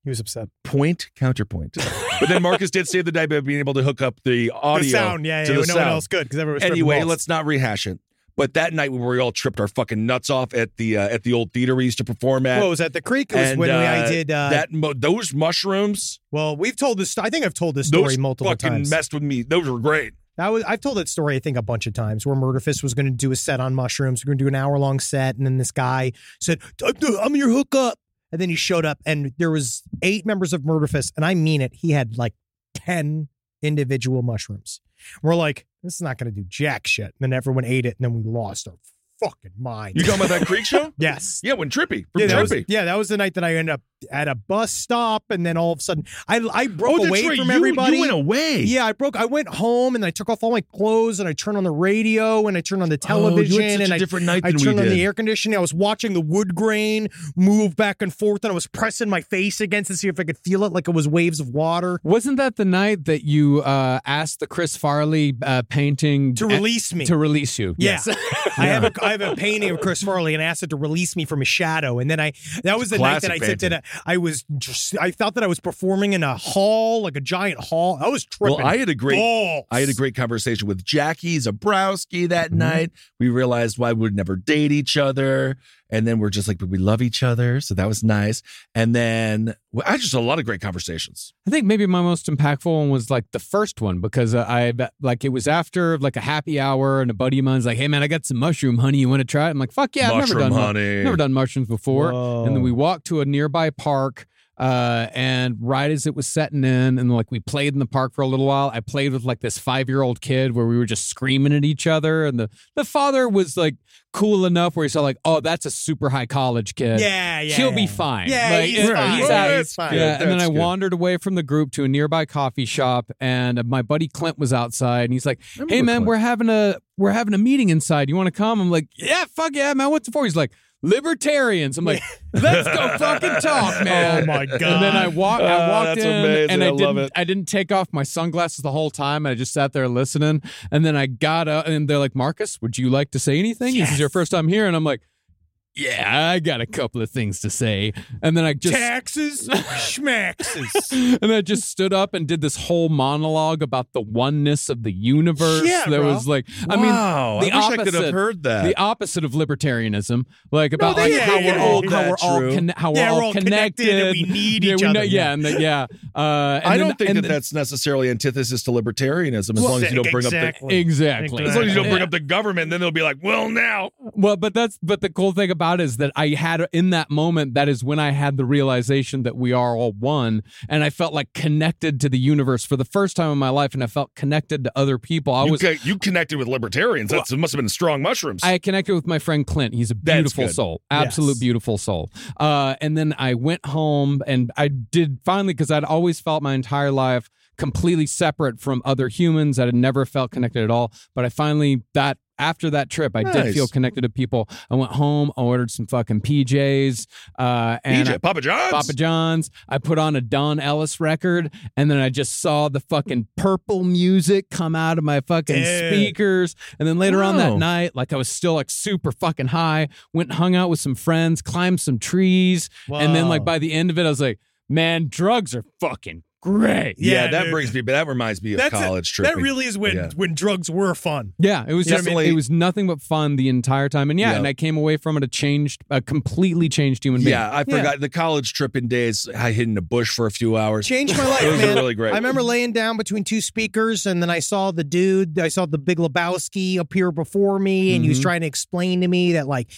he was upset.
Point counterpoint. but then Marcus did save the day by being able to hook up the audio
the sound, yeah, yeah.
to
no
the
one
sound.
else could because everyone was tripping
anyway,
balls.
let's not rehash it. But that night where we all tripped our fucking nuts off at the uh, at the old theater we used to perform at.
What was that? The creek. It was
and,
when we I
uh,
did. Uh,
that mo- those mushrooms.
well, we've told this. I think I've told this story
those
multiple
fucking
times.
messed with me. Those were great.
That was I've told that story I think a bunch of times where Murderfist was going to do a set on mushrooms. We're going to do an hour long set, and then this guy said, "I'm your hookup," and then he showed up, and there was eight members of Murderfist, and I mean it. He had like ten individual mushrooms. We're like, this is not going to do jack shit. And then everyone ate it, and then we lost our fucking mind.
You talking about that Creek show?
yes.
Yeah, when Trippy from
Yeah that, was,
Trippy.
yeah, that was the night that I ended up at a bus stop, and then all of a sudden, I I broke
oh, that's
away
right.
from
you,
everybody.
you went away.
Yeah, I broke. I went home and I took off all my clothes and I turned on the radio and I turned on the television
oh, you had such
and
a
I,
different night
I
than
turned
we
on
did.
the air conditioning. I was watching the wood grain move back and forth and I was pressing my face against it to see if I could feel it like it was waves of water
Wasn't that the night that you uh, asked the Chris Farley uh, painting
to release me.
to release you?
Yeah.
Yes.
I have a I have a painting of Chris Farley and I asked it to release me from a shadow. And then I that was the night that I
Classic
said that I was just, I thought that I was performing in a hall like a giant hall. I was tripping.
Well, I had a great
balls. Mm-hmm.
I had a great conversation with Jackie Zabrowski that night. We realized why we'd never date each other. And then we're just like, but we love each other. So that was nice. And then well, I just had a lot of great conversations.
I think maybe my most impactful one was like the first one because uh, I like it was after like a happy hour and a buddy of mine's like, "Hey man, I got some mushroom honey. You want to try it?" I'm like, "Fuck yeah, I've never
Mushroom
done mu-
honey.
never done mushrooms before."
Whoa.
And then we walked to a nearby park. Uh, and right as it was setting in, and like we played in the park for a little while, I played with like this five year old kid where we were just screaming at each other. And the, the father was like cool enough where he saw, like, oh, that's a super high college kid.
yeah, yeah.
He'll be
yeah.
fine.
Yeah,
Like,
he's
uh,
fine.
he's
yeah,
out.
he's fine.
Yeah, and then
that's
I
good.
wandered away from the group to a nearby coffee shop, and my buddy Clint was outside, and he's like,
Remember
"Hey man,
Clint.
we're having a we're having a meeting inside. You want to come?" I'm like, "Yeah, fuck yeah, man. What's it for?" He's like, "Libertarians." I'm like, "Let's go fucking talk, man."
Oh my god.
And then I walked. I
Ah,
walked
that's
in,
amazing.
and I,
I love
didn't.
it.
I didn't take off my sunglasses the whole time. I just sat there listening. And then I got up, and they're like, "Marcus, would you like to say anything? This is your first time here." And I'm like, yeah, I got a couple of things to say. And then I just
Taxes, schmaxes.
and I just stood up and did this whole monologue about the oneness of the universe.
Yeah,
there
bro.
was like, I mean,
wow,
the
I wish I could have
opposite-
heard that.
the opposite of libertarianism, like about
they-
like
yeah,
how
yeah,
we're all
yeah,
how we're all
true.
conne- how we're
Yeah,
all,
we're all connected and we need
yeah,
each
we
other.
know- yeah, and the, yeah. Uh, and
I
then-
don't think
and
that
then-
that's necessarily antithesis to libertarianism as
Well,
long as you don't bring up the
exactly.
exactly.
as long as you don't bring up the government, then they'll be like, well, now
Well, but that's but the cool thing about it is that I had in that moment that is when I had the realization that we are all one, and I felt like connected to the universe for the first time in my life, and I felt connected to other people. I
you,
was
co- you connected with libertarians. That must have been strong mushrooms.
I connected with my friend Clint. He's a
That's
beautiful
good.
soul, absolute
Yes.
beautiful soul. Uh, and then I went home, and I did finally because I'd always felt my entire life completely separate from other humans. I had never felt connected at all. But I finally that after that trip, I
Nice.
did feel connected to people. I went home, I ordered some fucking PJs, uh, and
PJ,
I-
Papa John's.
Papa John's. I put on a Don Ellis record, and then I just saw the fucking purple music come out of my fucking
Dude.
speakers. And then later on
Wow.
that night, like I was still like super fucking high, went and hung out with some friends, climbed some trees, and then like
Wow.
by the end of it, I was like, man, drugs are fucking great.
Yeah,
Yeah,
that
dude.
brings me. But that reminds me of
That's it.
college trip.
that really is when
Yeah.
when drugs were fun.
Yeah, it was
Yeah,
just
I mean-
it was nothing but fun the entire time, and yeah,
Yeah.
and I came away from it a changed, a completely changed human being.
Yeah, I forgot the college trip in days. I hid in a bush for a few hours.
Changed my life,
Those
man.
are really great.
I remember laying down between two speakers, and then I saw the dude. I saw the Big Lebowski appear before me, and he
Mm-hmm.
was
Mhm.
trying to explain to me that like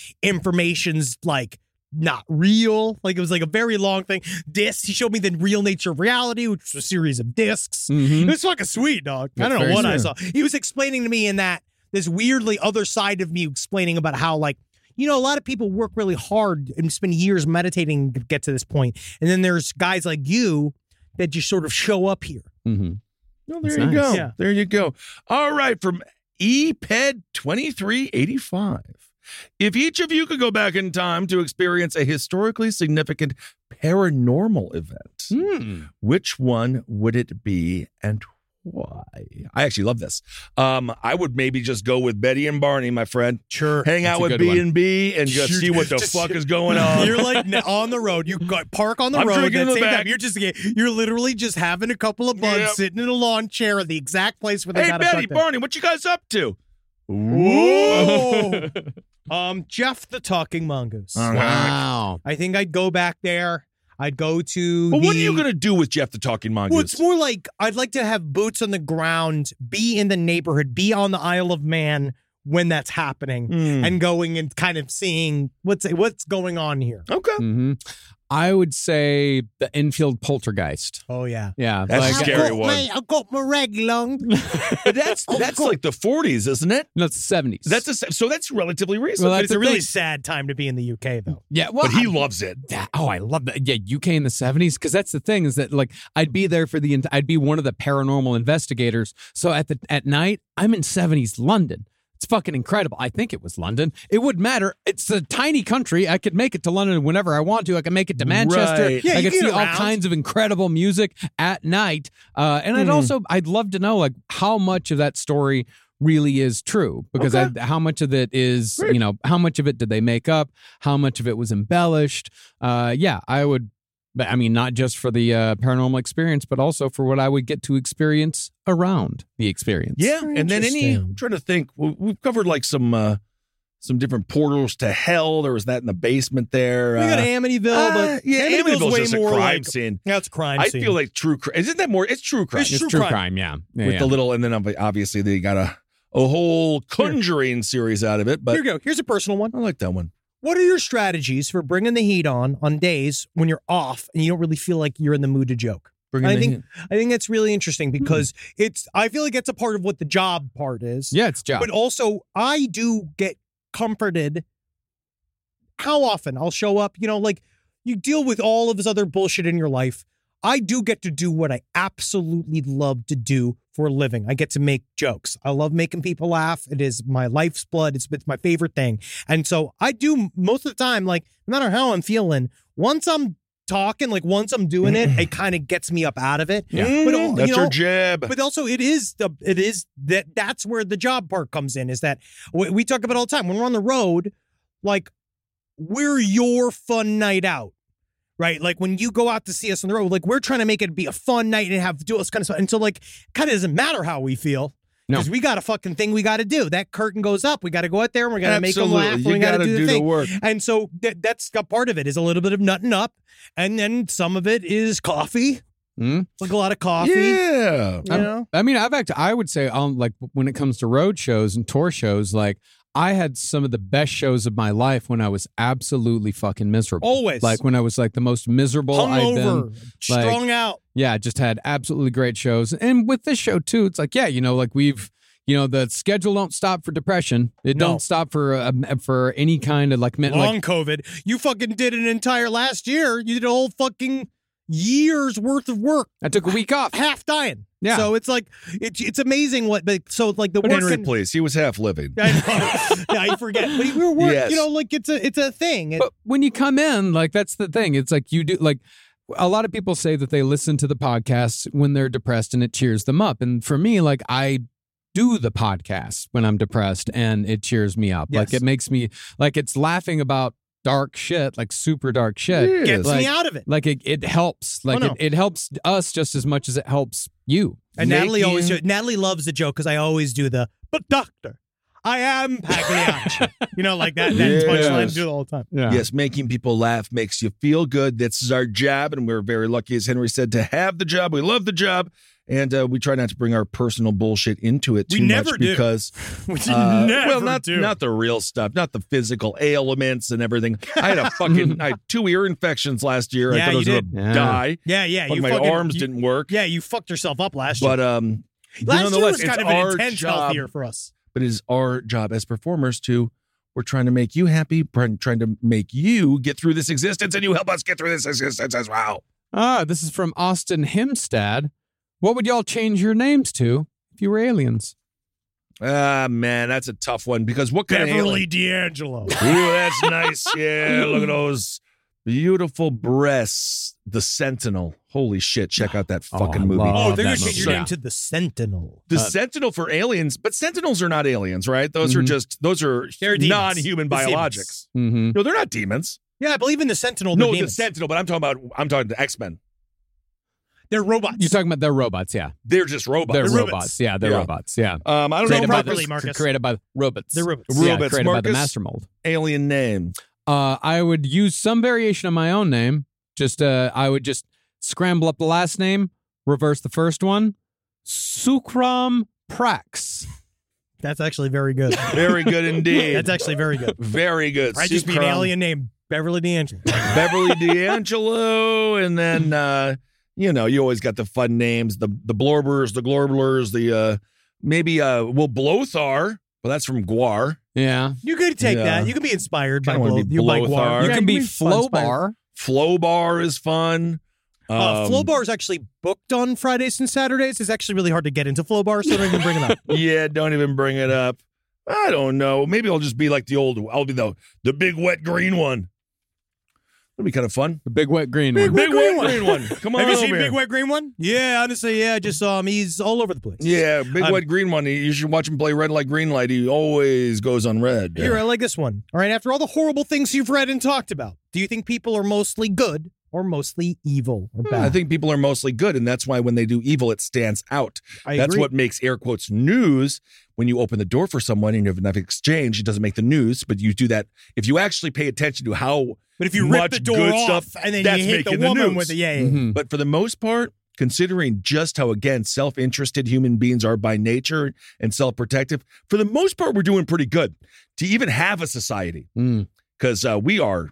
information's like not real. Like it was like a very long thing. Discs. He showed me the real nature of reality, which was a series of discs.
Mhm.
It was fucking sweet, dog. I
That's
don't know
very
what I
sweet.
saw. He was explaining to me in that this weirdly other side of me explaining about how like you know a lot of people work really hard and spend years meditating to get to this point, and then there's guys like you that just sort of show up here.
Mhm.
No, there
That's
you
nice.
go.
Yeah.
There you go. All right, from E EPED 2385. If each of you could go back in time to experience a historically significant paranormal event, Hmm.
Mm.
which one would it be and why? I actually love this. Um, I would maybe just go with Betty and Barney, my friend.
Sure.
Hang out
That's a
with
good one.
B and B and just
Shoot.
see what the
Just-
fuck is going on.
You're like n- on the road. You got park on the
I'm
road.
drinking
At
in
the
the
same
back.
time, you're just you're literally just having a couple of buds,
Yep.
sitting in a lawn chair at the exact place where they
hey,
got
Betty,
abducted.
Barney, what you guys up to? Oh.
Whoa. um, Jeff the talking mongoose.
Uh-huh.
Wow.
I think I'd go back there. I'd go to.
But what are
the-
you going to do with Jeff the Talking Mongoose?
Well, it's more like I'd like to have boots on the ground, be in the neighborhood, be on the Isle of Man when that's happening,
Hmm.
and going and kind of seeing what's what's going on here.
okay.
hmm I would say the infield poltergeist.
Oh yeah,
Yeah,
That's
like,
a scary one.
I've got my rag long.
But that's that's like the 40s, isn't it?
No, it's seventies.
That's a, so that's relatively recent.
Well,
But
that's
it's a
the
really
thing.
sad time to be in the UK, though.
yeah. Well,
but he
I-
loves it.
that- oh, I love that. Yeah, UK in the seventies because that's the thing is that like I'd be there for the ent- I'd be one of the paranormal investigators. So at the at night I'm in seventies London. It's fucking incredible. I think it was London. It would matter. It's a tiny country. I could make it to London whenever I want to. I can make it to Manchester.
Right. Yeah,
I
you can
could see
get
all
around.
kinds of incredible music at night. Uh, and
Hmm.
I'd also I'd love to know like how much of that story really is true because
Okay.
I, how much of it is
Great.
you know how much of it did they make up how much of it was embellished uh yeah i would but i mean not just for the uh, paranormal experience but also for what i would get to experience around the experience
Yeah, and then any.
interesting.
I'm trying to think. We- We've covered like some uh some different portals to hell. There was that in the basement there.
We got
uh,
Amityville,
uh,
but
yeah,
Amityville's,
Amityville's
way
just a
more
crime
like
scene.
yeah, it's a crime.
I
scene.
feel like true crime. Isn't that more? It's true crime.
it's true, crime. yeah, yeah,
with
yeah.
the little, and then ob- obviously they got a a whole conjuring series out of it. But
here we go. Here's a personal one.
I like that one.
What are your strategies for bringing the heat on on days when you're off and you don't really feel like you're in the mood to joke?
Bringing
I
the
think
heat.
I think that's really interesting
Hmm.
because it's I feel like that's a part of what the job part is.
yeah it's job
But also I do get comforted how often I'll show up, you know, like you deal with all of this other bullshit in your life. I do get to do what I absolutely love to do for a living. I get to make jokes. I love making people laugh. It is my life's blood. It's, it's my favorite thing. And so I do most of the time, like, no matter how I'm feeling, once I'm talking, like, once I'm doing it, it kind of gets me up out of it.
Mm-hmm. Yeah. Mm-hmm.
But, all-
That's
you
your
know,
jab.
but also it is the it is that that's where the job part comes in is that we, we talk about it all the time when we're on the road like
we're your fun night out. Right, like when you go out to see us on the road, like we're trying to make it be a fun night and have do all this kind of stuff. And so, like, kind of doesn't matter how we feel
No.
because we got a fucking thing we got to do. That curtain goes up, we got to go out there and we're gonna make them laugh.
You
and we got
gotta
to
do,
do, the
the
thing.
work.
And so that that's a part of it is a little bit of nutting up, and then some of it is coffee,
Hmm?
like a lot of coffee.
Yeah.
You
I'm-
know,
Um, I mean, I've actually, I would say, um, like when it comes to road shows and tour shows, like I had some of the best shows of my life when I was absolutely fucking miserable.
Always.
like when I was like the most miserable I've been.
hungover,
like-
strung out.
Yeah, just had absolutely great shows, and with this show too, it's like yeah, you know, like we've. You know the schedule don't stop for depression. It
No.
don't stop for uh, for any kind of like men-
long
like
COVID. You fucking did an entire last year. You did a whole fucking year's worth of work,
I took a week off.
half dying.
Yeah.
So it's like it's it's amazing what. But so like the
But
work.
Henry,
and-
please. He was half living.
I know. Yeah, I forget. But we were work.
Yes.
You know, like it's a it's a thing. It-
But when you come in, like that's the thing. It's like you do like a lot of people say that they listen to the podcast when they're depressed and it cheers them up. And for me, like I do the podcast when I'm depressed and it cheers me up. Like
Yes.
it makes me like it's laughing about dark shit, like super dark shit.
gets
like,
me out of it.
Like it, it helps. Like
Oh, no.
it, it helps us just as much as it helps you.
And Natalie always
Making-
Natalie loves the joke because I always do the but doctor. I am Pagliacci. you know, like that, that
Yes.
punchline I do it all the time.
yeah.
Yes, making people laugh makes you feel good. This is our job, and we're very lucky, as Henry said, to have the job. We love the job, and uh, we try not to bring our personal bullshit into it
We
too
never
much
do.
because,
We
uh,
never
well, not
do.
not the real stuff, not the physical ailments and everything. I had a fucking, I had two ear infections last year.
Yeah,
I thought I
you
was gonna
did.
Yeah.
die.
Yeah, yeah.
Fuck,
you
my
fucking-
arms
you-
didn't work.
Yeah, you fucked yourself up last year.
but um,
last year
nonetheless,
was kind
it's
of an
our
intense
job
health year for us.
but it is our job as performers to we're trying to make you happy trying trying to make you get through this existence and you help us get through this existence as well
Ah, this is from Austin Hemstad. What would y'all change your names to if you were aliens?
ah man that's a tough one because what kind of
Beverly
alien-
D'Angelo.
Ooh, that's nice yeah look at those beautiful breasts the sentinel holy shit check out that
Oh,
fucking
I
movie
love
Oh, they're gonna
that
change
movie.
your name
Yeah.
to the Sentinel.
the
Uh,
sentinel for aliens but sentinels are not aliens right those are
Mhm.
just those are
They're demons.
non-human
They're demons.
biologics
Mm-hmm.
no they're not demons
Yeah, I believe in the Sentinel.
no
they're
the
demons.
sentinel but i'm talking about i'm talking the x-men
they're robots.
You're talking about their robots, yeah.
they're just robots
They're
They're
robots.
robots.
Yeah, they're
Yeah.
robots. Yeah.
Um, I don't know
Created by
about
the-
this
Properly, Marcus.
Created by robots.
they're robots.
Yeah,
Robots,
created by the
Marcus.
master mold.
alien name.
Uh, I would use some variation of my own name. Just uh, I would just scramble up the last name, reverse the first one. Sukram Prax.
That's actually very good.
Very good indeed.
That's actually very good.
very good.
I'd just be an
Sucrum,
alien named Beverly D'Angelo.
Beverly D'Angelo, and then uh, you know you always got the fun names, the the Blorbers, the Glorblers, the uh, maybe uh, well Blothar. Well, that's from Guar.
Yeah.
You could take
Yeah.
that. You could be inspired by
Kinda wanna
Blo-
be
you by Guar.
Blothar.
You
Yeah,
can be
Flobar.
Flobar.
Flobar is fun.
Uh,
Um,
Flowbar is actually booked on Fridays and Saturdays. It's actually really hard to get into Flowbar, so don't even bring it up.
yeah, don't even bring it up. I don't know. Maybe I'll just be like the old. I'll be the the big wet green one. That'd be kind of fun.
The big wet green one.
big wet green one. Come on,
Have you
over
seen
here.
Big White Green One? Yeah, honestly, yeah, I just saw him. He's all over the place.
Yeah, big
Um,
white green one. You should watch him play red light, green light. He always goes on red.
Here, I like this one. All right, after all the horrible things you've read and talked about, do you think people are mostly good or mostly evil or bad?
Hmm. I think people are mostly good, and that's why when they do evil, it stands out.
I
that's
agree.
what makes air quotes news. When you open the door for someone and you have enough exchange, it doesn't make the news. But you do that if you actually pay attention to how.
But if you rip
much
the door
good
off
stuff,
and then
that's
you hit the
making the
woman
news. Mm-hmm.
with it, yeah, yeah, yeah.
Mhm.
But for the most part, considering just how again self-interested human beings are by nature and self-protective, for the most part, we're doing pretty good to even have a society
Mm.
because uh, we are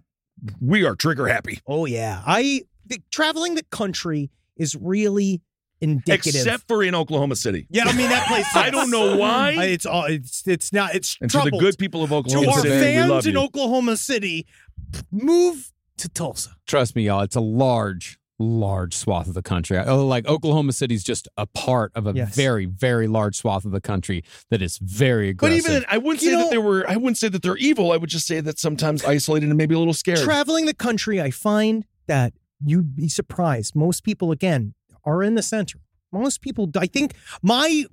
we are trigger happy.
Oh yeah, I the, traveling the country is really indicative.
Except for in Oklahoma City.
yeah, I mean that place.
I don't know why.
I- It's all. It's it's not. It's
And to
troubled.
the good people of
to
Oklahoma
our
City, we love
fans in
you.
Oklahoma City, p- move to Tulsa.
Trust me, y'all. It's a large, large swath of the country. Oh, like Oklahoma City's just a part of a
Yes.
very, very large swath of the country that is very
But
aggressive.
even then, I wouldn't
You
say
know-
that they were. I wouldn't say that they're evil. I would just say that sometimes isolated and maybe a little scared.
Traveling the country, I find that you'd be surprised. Most people, again, are in the center.
Most people, d- I think my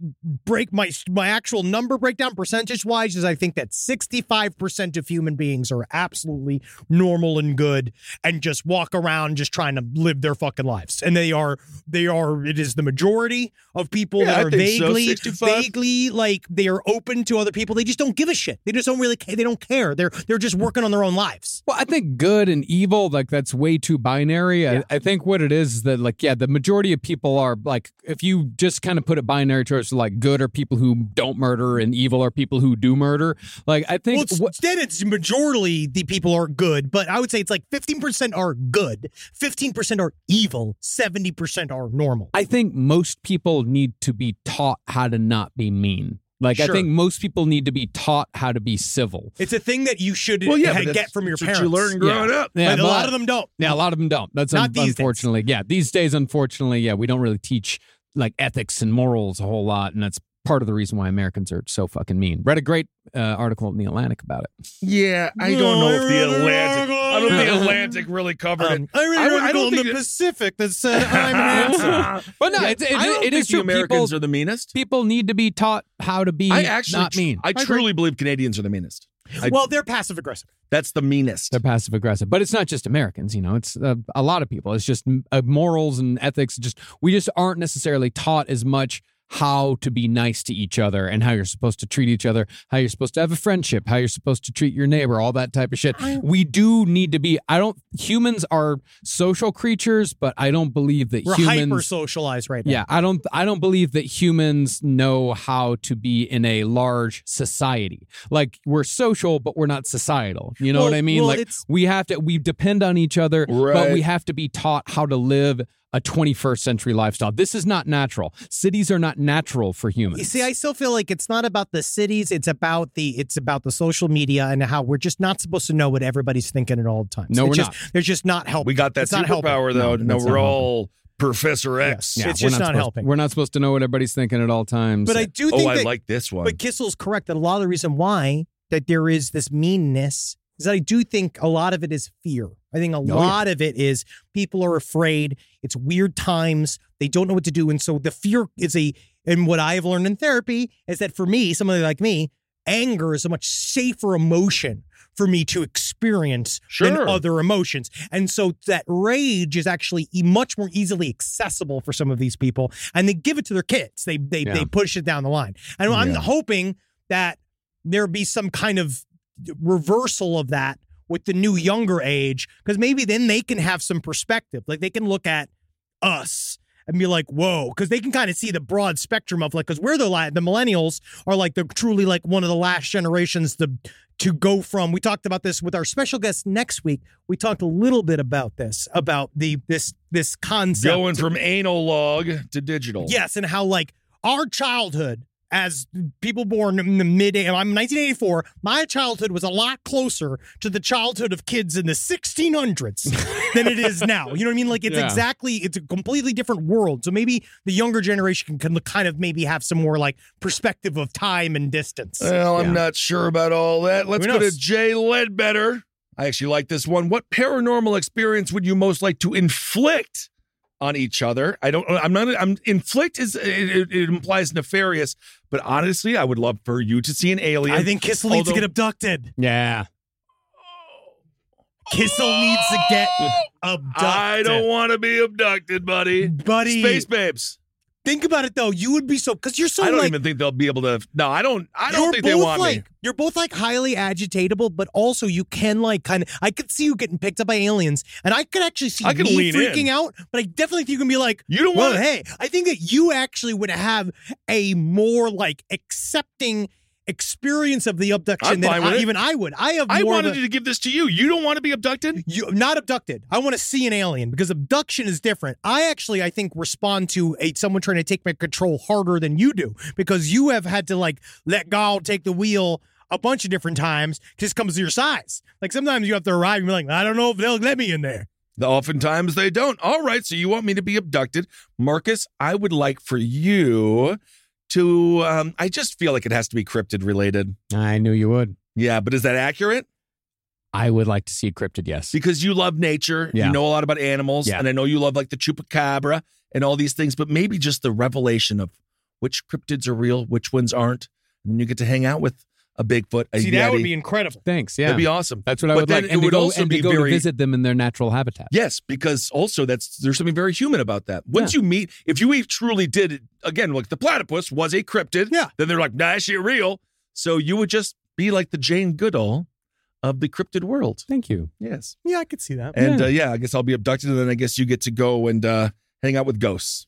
break, my my actual number breakdown percentage wise is I think that 65% of human beings are absolutely normal and good and just walk around just trying to live their fucking lives. And they are, they are, it is the majority of people
Yeah, I
that are
think so.
vaguely,
65.
vaguely like they are open to other people. They just don't give a shit. They just don't really care. They don't care. They're, they're just working on their own lives.
Well, I think good and evil, like that's way too binary. I, I think what it is is that, like, yeah, the majority of people are like, if you just kind of put it binary towards like good are people who don't murder and evil are people who do murder. Like, I
Well,
think
it's,
what,
then it's majority the people are good, but I would say it's like 15% are good, 15% are evil, 70% are normal.
I think most people need to be taught how to not be mean. Like, I
Sure.
think most people need to be taught how to be civil.
It's a thing that you should
Well, yeah, but
ha-
that's
get from your
what you
parents.
learn growing
Yeah.
up.
Yeah,
but a lot of them don't.
Yeah, a lot of them don't. That's
Not
un-
these days.
unfortunately. Yeah, these days, unfortunately, yeah, we don't really teach like ethics and morals a whole lot, and that's part of the reason why Americans are so fucking mean. Read a great uh, article in the Atlantic about it.
Yeah, I don't know if the Atlantic. I don't think Atlantic really covered
Um,
it.
I read
I
an
don't- I
article
don't
in the
think that-
Pacific that said I'm handsome.
But no,
Yeah,
it's, it,
I don't
it
think
is
the
true.
Americans
people,
are the meanest.
people need to be taught how to be
I actually,
not
tr-
mean.
I truly believe Canadians are the meanest. I-
well, they're passive aggressive.
That's the meanest.
They're passive aggressive, but it's not just Americans. You know, it's uh, a lot of people. It's just uh, morals and ethics. Just we just aren't necessarily taught as much how to be nice to each other and how you're supposed to treat each other, how you're supposed to have a friendship, how you're supposed to treat your neighbor, all that type of shit. We do need to be. I don't. Humans are social creatures, but I don't believe that
We're hyper
humans.
socialized right now.
Yeah, I don't I don't believe that humans know how to be in a large society. Like we're social, but we're not societal. You know
Well-
what I mean?
well,
like
it's-
we have to we depend on each other, but
Right.
we have to be taught how to live a 21st century lifestyle. This is not natural. Cities are not natural for humans.
You see, I still feel like it's not about the cities. It's about the it's about the social media and how we're just not supposed to know what everybody's thinking at all times.
No,
It's
we're
just,
not.
They're just not helping.
we got that
It's not helping.
superpower though.
No,
No,
that's
we're
not
all Professor X.
Yes. it's
we're
just not
supposed-
helping.
We're not supposed to know what everybody's thinking at all times.
But I do think
Oh, I
that,
like this one.
But Kissel's correct that a lot of the reason why that there is this meanness is that I do think a lot of it is fear. I
Oh,
think a
yeah.
lot of it is people are afraid. It's weird times. They don't know what to do. And so the fear is a, and what I have learned in therapy is that for me, somebody like me, anger is a much safer emotion for me to experience than
Sure.
other emotions. And so that rage is actually e- much more easily accessible for some of these people. And they give it to their kids. They they
Yeah.
they push it down the line. And I'm
Yeah.
hoping that there be some kind of reversal of that with the new younger age, because maybe then they can have some perspective. Like they can look at us and be like, whoa, because they can kind of see the broad spectrum of like, because we're the la- the millennials are like the truly like one of the last generations to to go from. We talked about this with our special guest next week. We talked a little bit about this about the this this concept
Going from anal log to digital.
Yes, and how like our childhood as people born in the mid I'm 1984, my childhood was a lot closer to the childhood of kids in the 1600s than it is now. You know what I mean? Like it's
Yeah.
exactly it's a completely different world. So maybe the younger generation can kind of maybe have some more like perspective of time and distance.
Well, I'm
Yeah.
not sure about all that. Let's go to
knows?
Jay Ledbetter. I actually like this one. What paranormal experience would you most like to inflict on each other? I don't. I'm not. I'm inflict is it, it- it implies nefarious, but honestly, I would love for you to see an alien.
I think Kissel needs to
Although-
get abducted.
yeah.
Kissel needs to get abducted.
I don't want to be abducted, buddy.
buddy.
Space babes.
Think about it though. You would be so because you're so
I don't
like
even think they'll be able to. No, I don't. I don't
you're
think
both
they want
like
me.
you're both like highly agitatable, but also you can like kind of. I could see you getting picked up by aliens, and I could actually see
I could
me
lean
freaking
in.
out. But I definitely think you can be like,
You don't
well,
want.
hey, I think that you actually would have a more like accepting experience of the abduction
I'm
than
fine with
I-
it.
even I would. I have
I
more
wanted
of a,
to give this to you. You don't want to be abducted.
you not abducted. I want to see an alien because abduction is different. I actually I think respond to a someone trying to take my control harder than you do because you have had to like let God take the wheel a bunch of different times. Just comes to your size. Like sometimes you have to arrive and be like, I don't know if they'll let me in there.
Oftentimes they don't. All right, so you want me to be abducted, Marcus? I would like for you to. Um, I just feel like it has to be cryptid related.
I knew you would.
Yeah, but is that accurate?
I would like to see a cryptid, yes.
Because you love nature,
Yeah.
you know a lot about animals,
Yeah.
and I know you love like the chupacabra and all these things, but maybe just the revelation of which cryptids are real, which ones aren't, and then you get to hang out with a Bigfoot, a
See,
Yeti.
that would be incredible.
Thanks. Yeah.
That'd be awesome.
That's what I
But
would
then
like.
it
to
would
go-
also
and
be
to go
very-
to visit them in their natural habitat.
Yes, because also that's there's something very human about that. Once you meet, if you even truly did again, like the platypus was a cryptid,
Yeah.
Then they're like, nah, that shit real. So you would just be like the Jane Goodall of the cryptid world.
Thank you.
Yes,
Yeah, I could see that.
and
Yeah.
Uh, yeah, I guess I'll be abducted, and then I guess you get to go and uh, hang out with ghosts.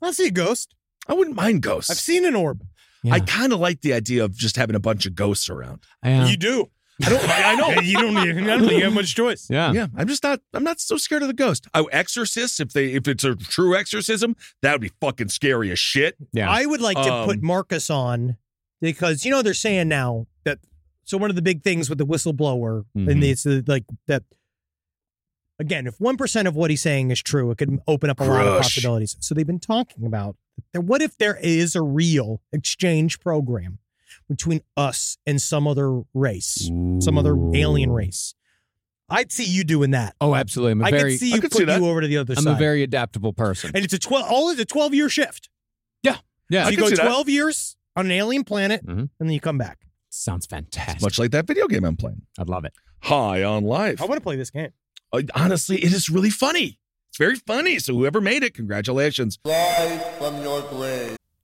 I see a ghost.
I wouldn't mind ghosts.
I've seen an orb.
Yeah.
I kind of like the idea of just having a bunch of ghosts around.
Yeah.
You do.
I don't. I know.
you don't. I don't think you have much choice.
yeah.
Yeah, I'm just not. I'm not so scared of the ghost. Oh, exorcists! If they, if it's a true exorcism, that would be fucking scary as shit.
Yeah.
I would like to put
Um,
Marcus on because you know they're saying now that so one of the big things with the whistleblower
Mhm.
and it's uh, like that again if one percent of what he's saying is true it could open up a lot of
Crush.
possibilities. So they've been talking about that. What if there is a real exchange program between us and some other race, some other alien race? I'd see you doing that.
Oh, absolutely. I'm a
I
very.
could see
I
you
could see
put
that.
you over to the other
I'm
side.
a very adaptable person.
and it's a twelve. All it's a twelve year shift.
yeah.
I
So you
can
go
see that.
12 years on an alien planet,
Mhm.
and then you come back.
Sounds fantastic.
Much like that video game I'm playing.
I'd love it.
High on life.
I want to play this game.
Uh, honestly, it is really funny. It's very funny. So whoever made it, congratulations.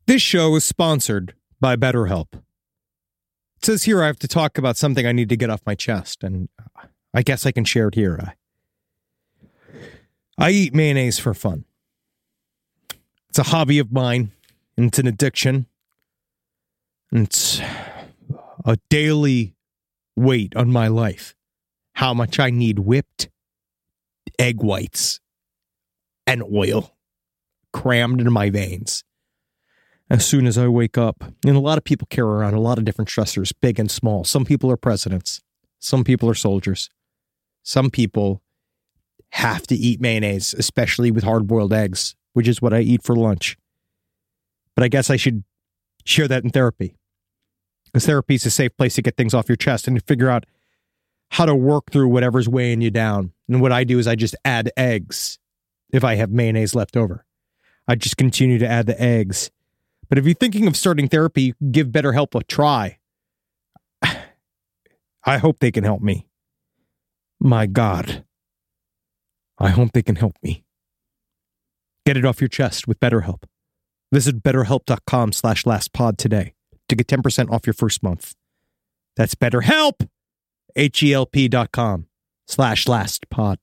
This show is sponsored by BetterHelp. It says here I have to talk about something I need to get off my chest, and uh, I guess I can share it here. I, I eat mayonnaise for fun. It's a hobby of mine, and it's an addiction. And it's a daily weight on my life. How much I need whipped egg whites and oil crammed into my veins as soon as I wake up. And a lot of people carry around a lot of different stressors, big and small. Some people are presidents, some people are soldiers, some people have to eat mayonnaise, especially with hard boiled eggs, which is what I eat for lunch. But I guess I should share that in therapy because therapy is a safe place to get things off your chest and to figure out how to work through whatever's weighing you down. And what I do is I just add eggs if I have mayonnaise left over. I just continue to add the eggs. But if you're thinking of starting therapy, give BetterHelp a try. I hope they can help me. My God. I hope they can help me. Get it off your chest with BetterHelp. Visit betterhelp.com slash lastpod today to get 10% off your first month. That's BetterHelp! H-E-L-P dot com slash lastpod.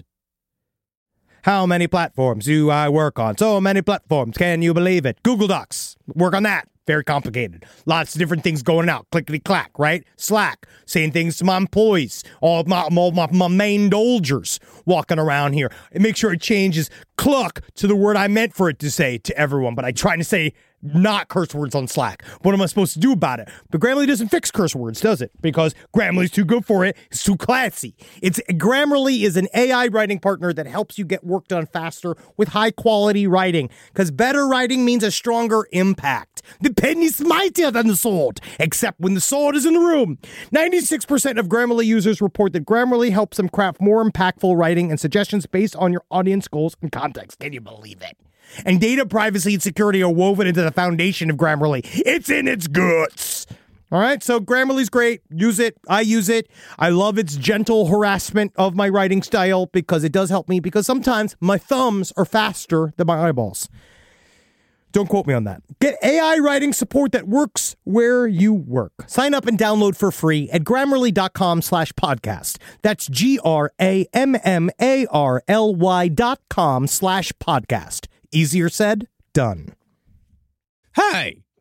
How many platforms do I work on? So many platforms. Can you believe it? Google Docs. Work on that. Very complicated. Lots of different things going out. Clickety clack, right? Slack. Saying things to my employees. All of my, all my, my main dolgers walking around here. And make sure it changes cluck to the word I meant for it to say to everyone. But I try to say not curse words on Slack. What am I supposed to do about it? But Grammarly doesn't fix curse words, does it? Because Grammarly's too good for it. It's too classy. It's Grammarly is an AI writing partner that helps you get work done faster with high quality writing. Because better writing means a stronger impact. The pen is mightier than the sword, except when the sword is in the room. 96% of Grammarly users report that Grammarly helps them craft more impactful writing and suggestions based on your audience goals and context. Can you believe it? and data privacy and security are woven into the foundation of Grammarly. It's in its guts. All right, so Grammarly's great. Use it. I use it. I love its gentle harassment of my writing style because it does help me because sometimes my thumbs are faster than my eyeballs. Don't quote me on that. Get AI writing support that works where you work. Sign up and download for free at grammarly.com slash podcast. That's G R A M M A R L Y dot com slash podcast. Easier said, done.
Hi.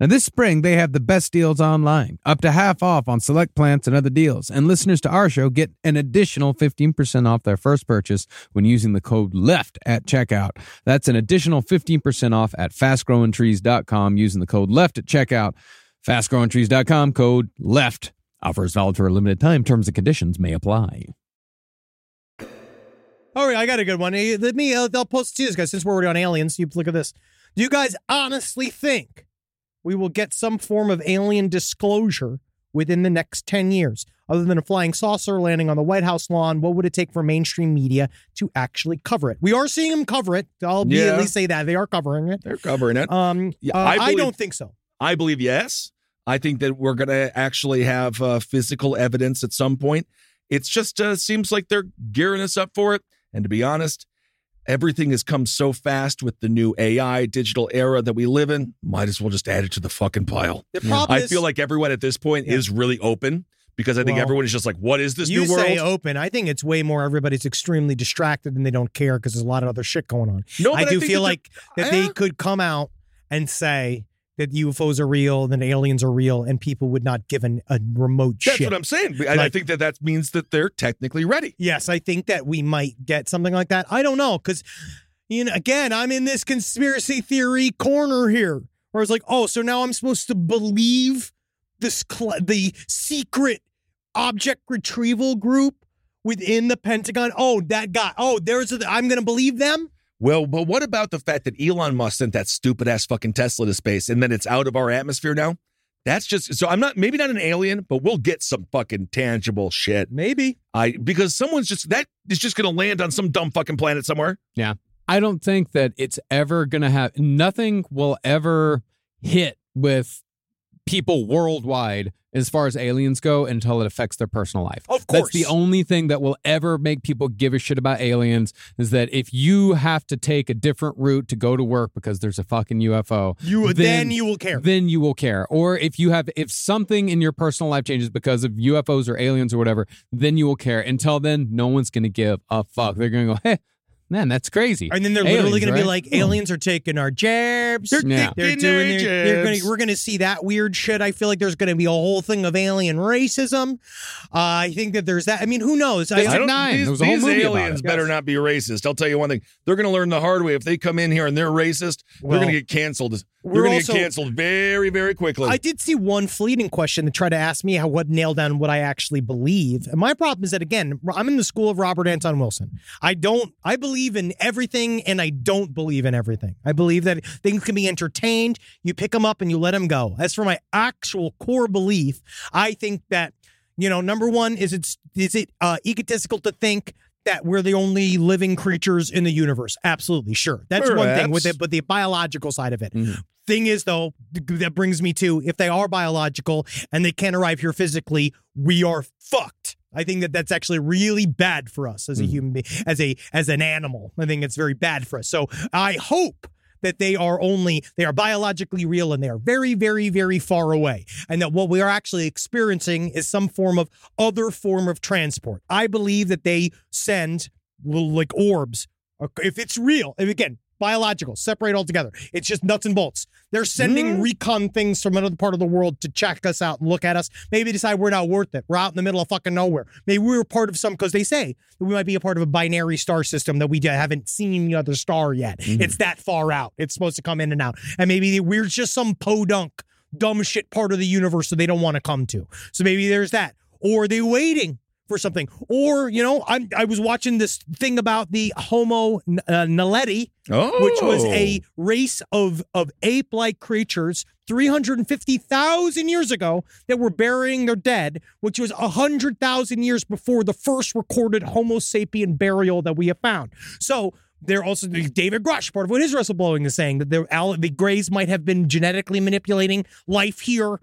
Now, this spring, they have the best deals online, up to half off on select plants and other deals. And listeners to our show get an additional 15% off their first purchase when using the code LEFT at checkout. That's an additional 15% off at fastgrowingtrees.com using the code LEFT at checkout. Fastgrowingtrees.com, code LEFT. Offer is valid for a limited time. Terms and conditions may apply.
All right, I got a good one. Eh, Let me. Uh, I'll post it to you guys since we're already on aliens. You look at this. Do you guys honestly think we will get some form of alien disclosure within the next ten years, other than a flying saucer landing on the White House lawn? What would it take for mainstream media to actually cover it? We are seeing them cover it. I'll be
Yeah.
at least say that they are covering it.
They're covering it.
Um,
Yeah,
uh,
I
I,
believe-
don't think so.
I believe yes. I think that we're going to actually have uh, physical evidence at some point. It's just uh, seems like they're gearing us up for it. And to be honest, everything has come so fast with the new AI digital era that we live in. Might as well just add it to the fucking pile.
The problem
I
is-
feel like everyone at this point
Yeah.
is really open because I think
Well,
everyone is just like, "What is this
you
new world?"
say oh, open. I think it's way more everybody's extremely distracted and they don't care because there's a lot of other shit going on.
no,
I
but
do
think
feel
that
like
they're-
that they
Eh,
could come out and say that UFOs are real, that aliens are real, and people would not give an, a remote
that's
shit.
what I'm saying. And I
Like-
think that that means that they're technically ready.
yes, I think that we might get something like that. I don't know because, you know, again, I'm in this conspiracy theory corner here, where it's like, oh, so now I'm supposed to believe this cl- the secret object retrieval group within the Pentagon. Oh, that guy. Oh, there's. A, I'm going to believe them.
Well, but what about the fact that Elon Musk sent that stupid ass fucking Tesla to space and then it's out of our atmosphere now? That's just so I'm not maybe not an alien, but we'll get some fucking tangible shit.
Maybe.
I because someone's just that is just gonna land on some dumb fucking planet somewhere.
I don't think that it's ever going to have nothing will ever hit with people worldwide as far as aliens go until it affects their personal life.
Of
That's the
course.
only thing that will ever make people give a shit about aliens is that if you have to take a different route to go to work because there's a fucking UFO,
You then,
Then-
you will care.
then you will care. Or if you have if something in your personal life changes because of UFOs or aliens or whatever, then you will care. Until then, no one's going to give a fuck. They're going to go, "Hey, man, that's crazy."
And then they're literally
Aliens,
going to be
right?
like,
Hmm.
aliens are taking our jabs. They're,
Yeah.
they're
taking our
doing their, they're gonna,
jabs."
we're going to see that weird shit. I feel like there's going to be a whole thing of alien racism. Uh, I think that there's that. I mean, who knows? I,
There's
I
like
don't
nine.
these,
There was a whole
these
movie about
aliens
it.
better
Yes.
not be racist. I'll tell you one thing. They're gonna learn the hard way. If they come in here and they're racist,
Well,
they're gonna get canceled. They're
we're
gonna
also-
get canceled very, very quickly.
I did see one fleeting question that tried to ask me how what nailed down what I actually believe. And my problem is that again, I'm in the school of Robert Anton Wilson. I don't I believe in everything and I don't believe in everything. I believe that things can be entertained, you pick them up and you let them go. As for my actual core belief, I think that you know, number 1 is it's is it uh egotistical to think that we're the only living creatures in the universe. Absolutely, sure. That's Mm-hmm. one thing with
Perhaps.
it, but the biological side of it.
Mhm.
Thing is, though, th- that brings me to if they are biological and they can't arrive here physically, we are fucked. I think that that's actually really bad for us as a human being, as a as an animal. I think it's very bad for us. So I hope that they are only they are biologically real and they are very very very far away and that what we are actually experiencing is some form of other form of transport i believe that they send little like orbs if it's real and again biological separate altogether it's just nuts and bolts they're sending recon things from another part of the world to check us out and look at us maybe decide we're not worth it we're out in the middle of fucking nowhere maybe we were part of some because they say that we might be a part of a binary star system that we haven't seen the other star yet it's that far out it's supposed to come in and out and maybe we're just some podunk dumb shit part of the universe that they don't want to come to so maybe there's that or are they waiting for something. Or, you know, I'm, I was watching this thing about the Homo n- uh, naledi,
oh.
which was a race of, of ape like creatures 350,000 years ago that were burying their dead, which was 100,000 years before the first recorded Homo sapien burial that we have found. So they're also David Grush, part of what his whistleblowing is saying that the, Al- the Greys might have been genetically manipulating life here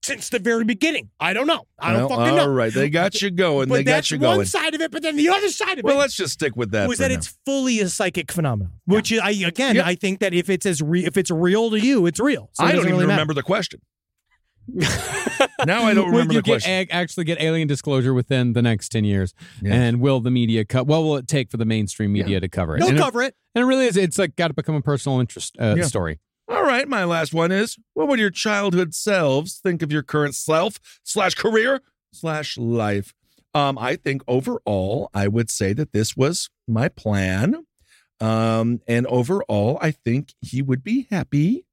since the very beginning. I don't know. I don't
Oh. Well,
fucking know.
All right, they got you going.
but
they
that's
got you
one
going.
side of it, but then the other side of
Well,
it
let's just stick with that.
was
for
that
now.
it's fully a psychic phenomenon, which is, I again
Yeah.
I think that if it's as re- if it's real to you, it's real. So it
I don't
doesn't
even
really matter.
remember the question. now I don't remember
will
the
you
question.
Get, ag- actually get alien disclosure within the next 10 years?
Yeah.
And will the media cut? What will it take for the mainstream media to cover it?
They'll
and, it
cover it.
and it really is. It's like got to become a personal interest uh,
Yeah.
story.
All right, my last one is: What would your childhood selves think of your current self slash career slash life? Um, I think overall, I would say that this was my plan, um, and overall, I think he would be happy.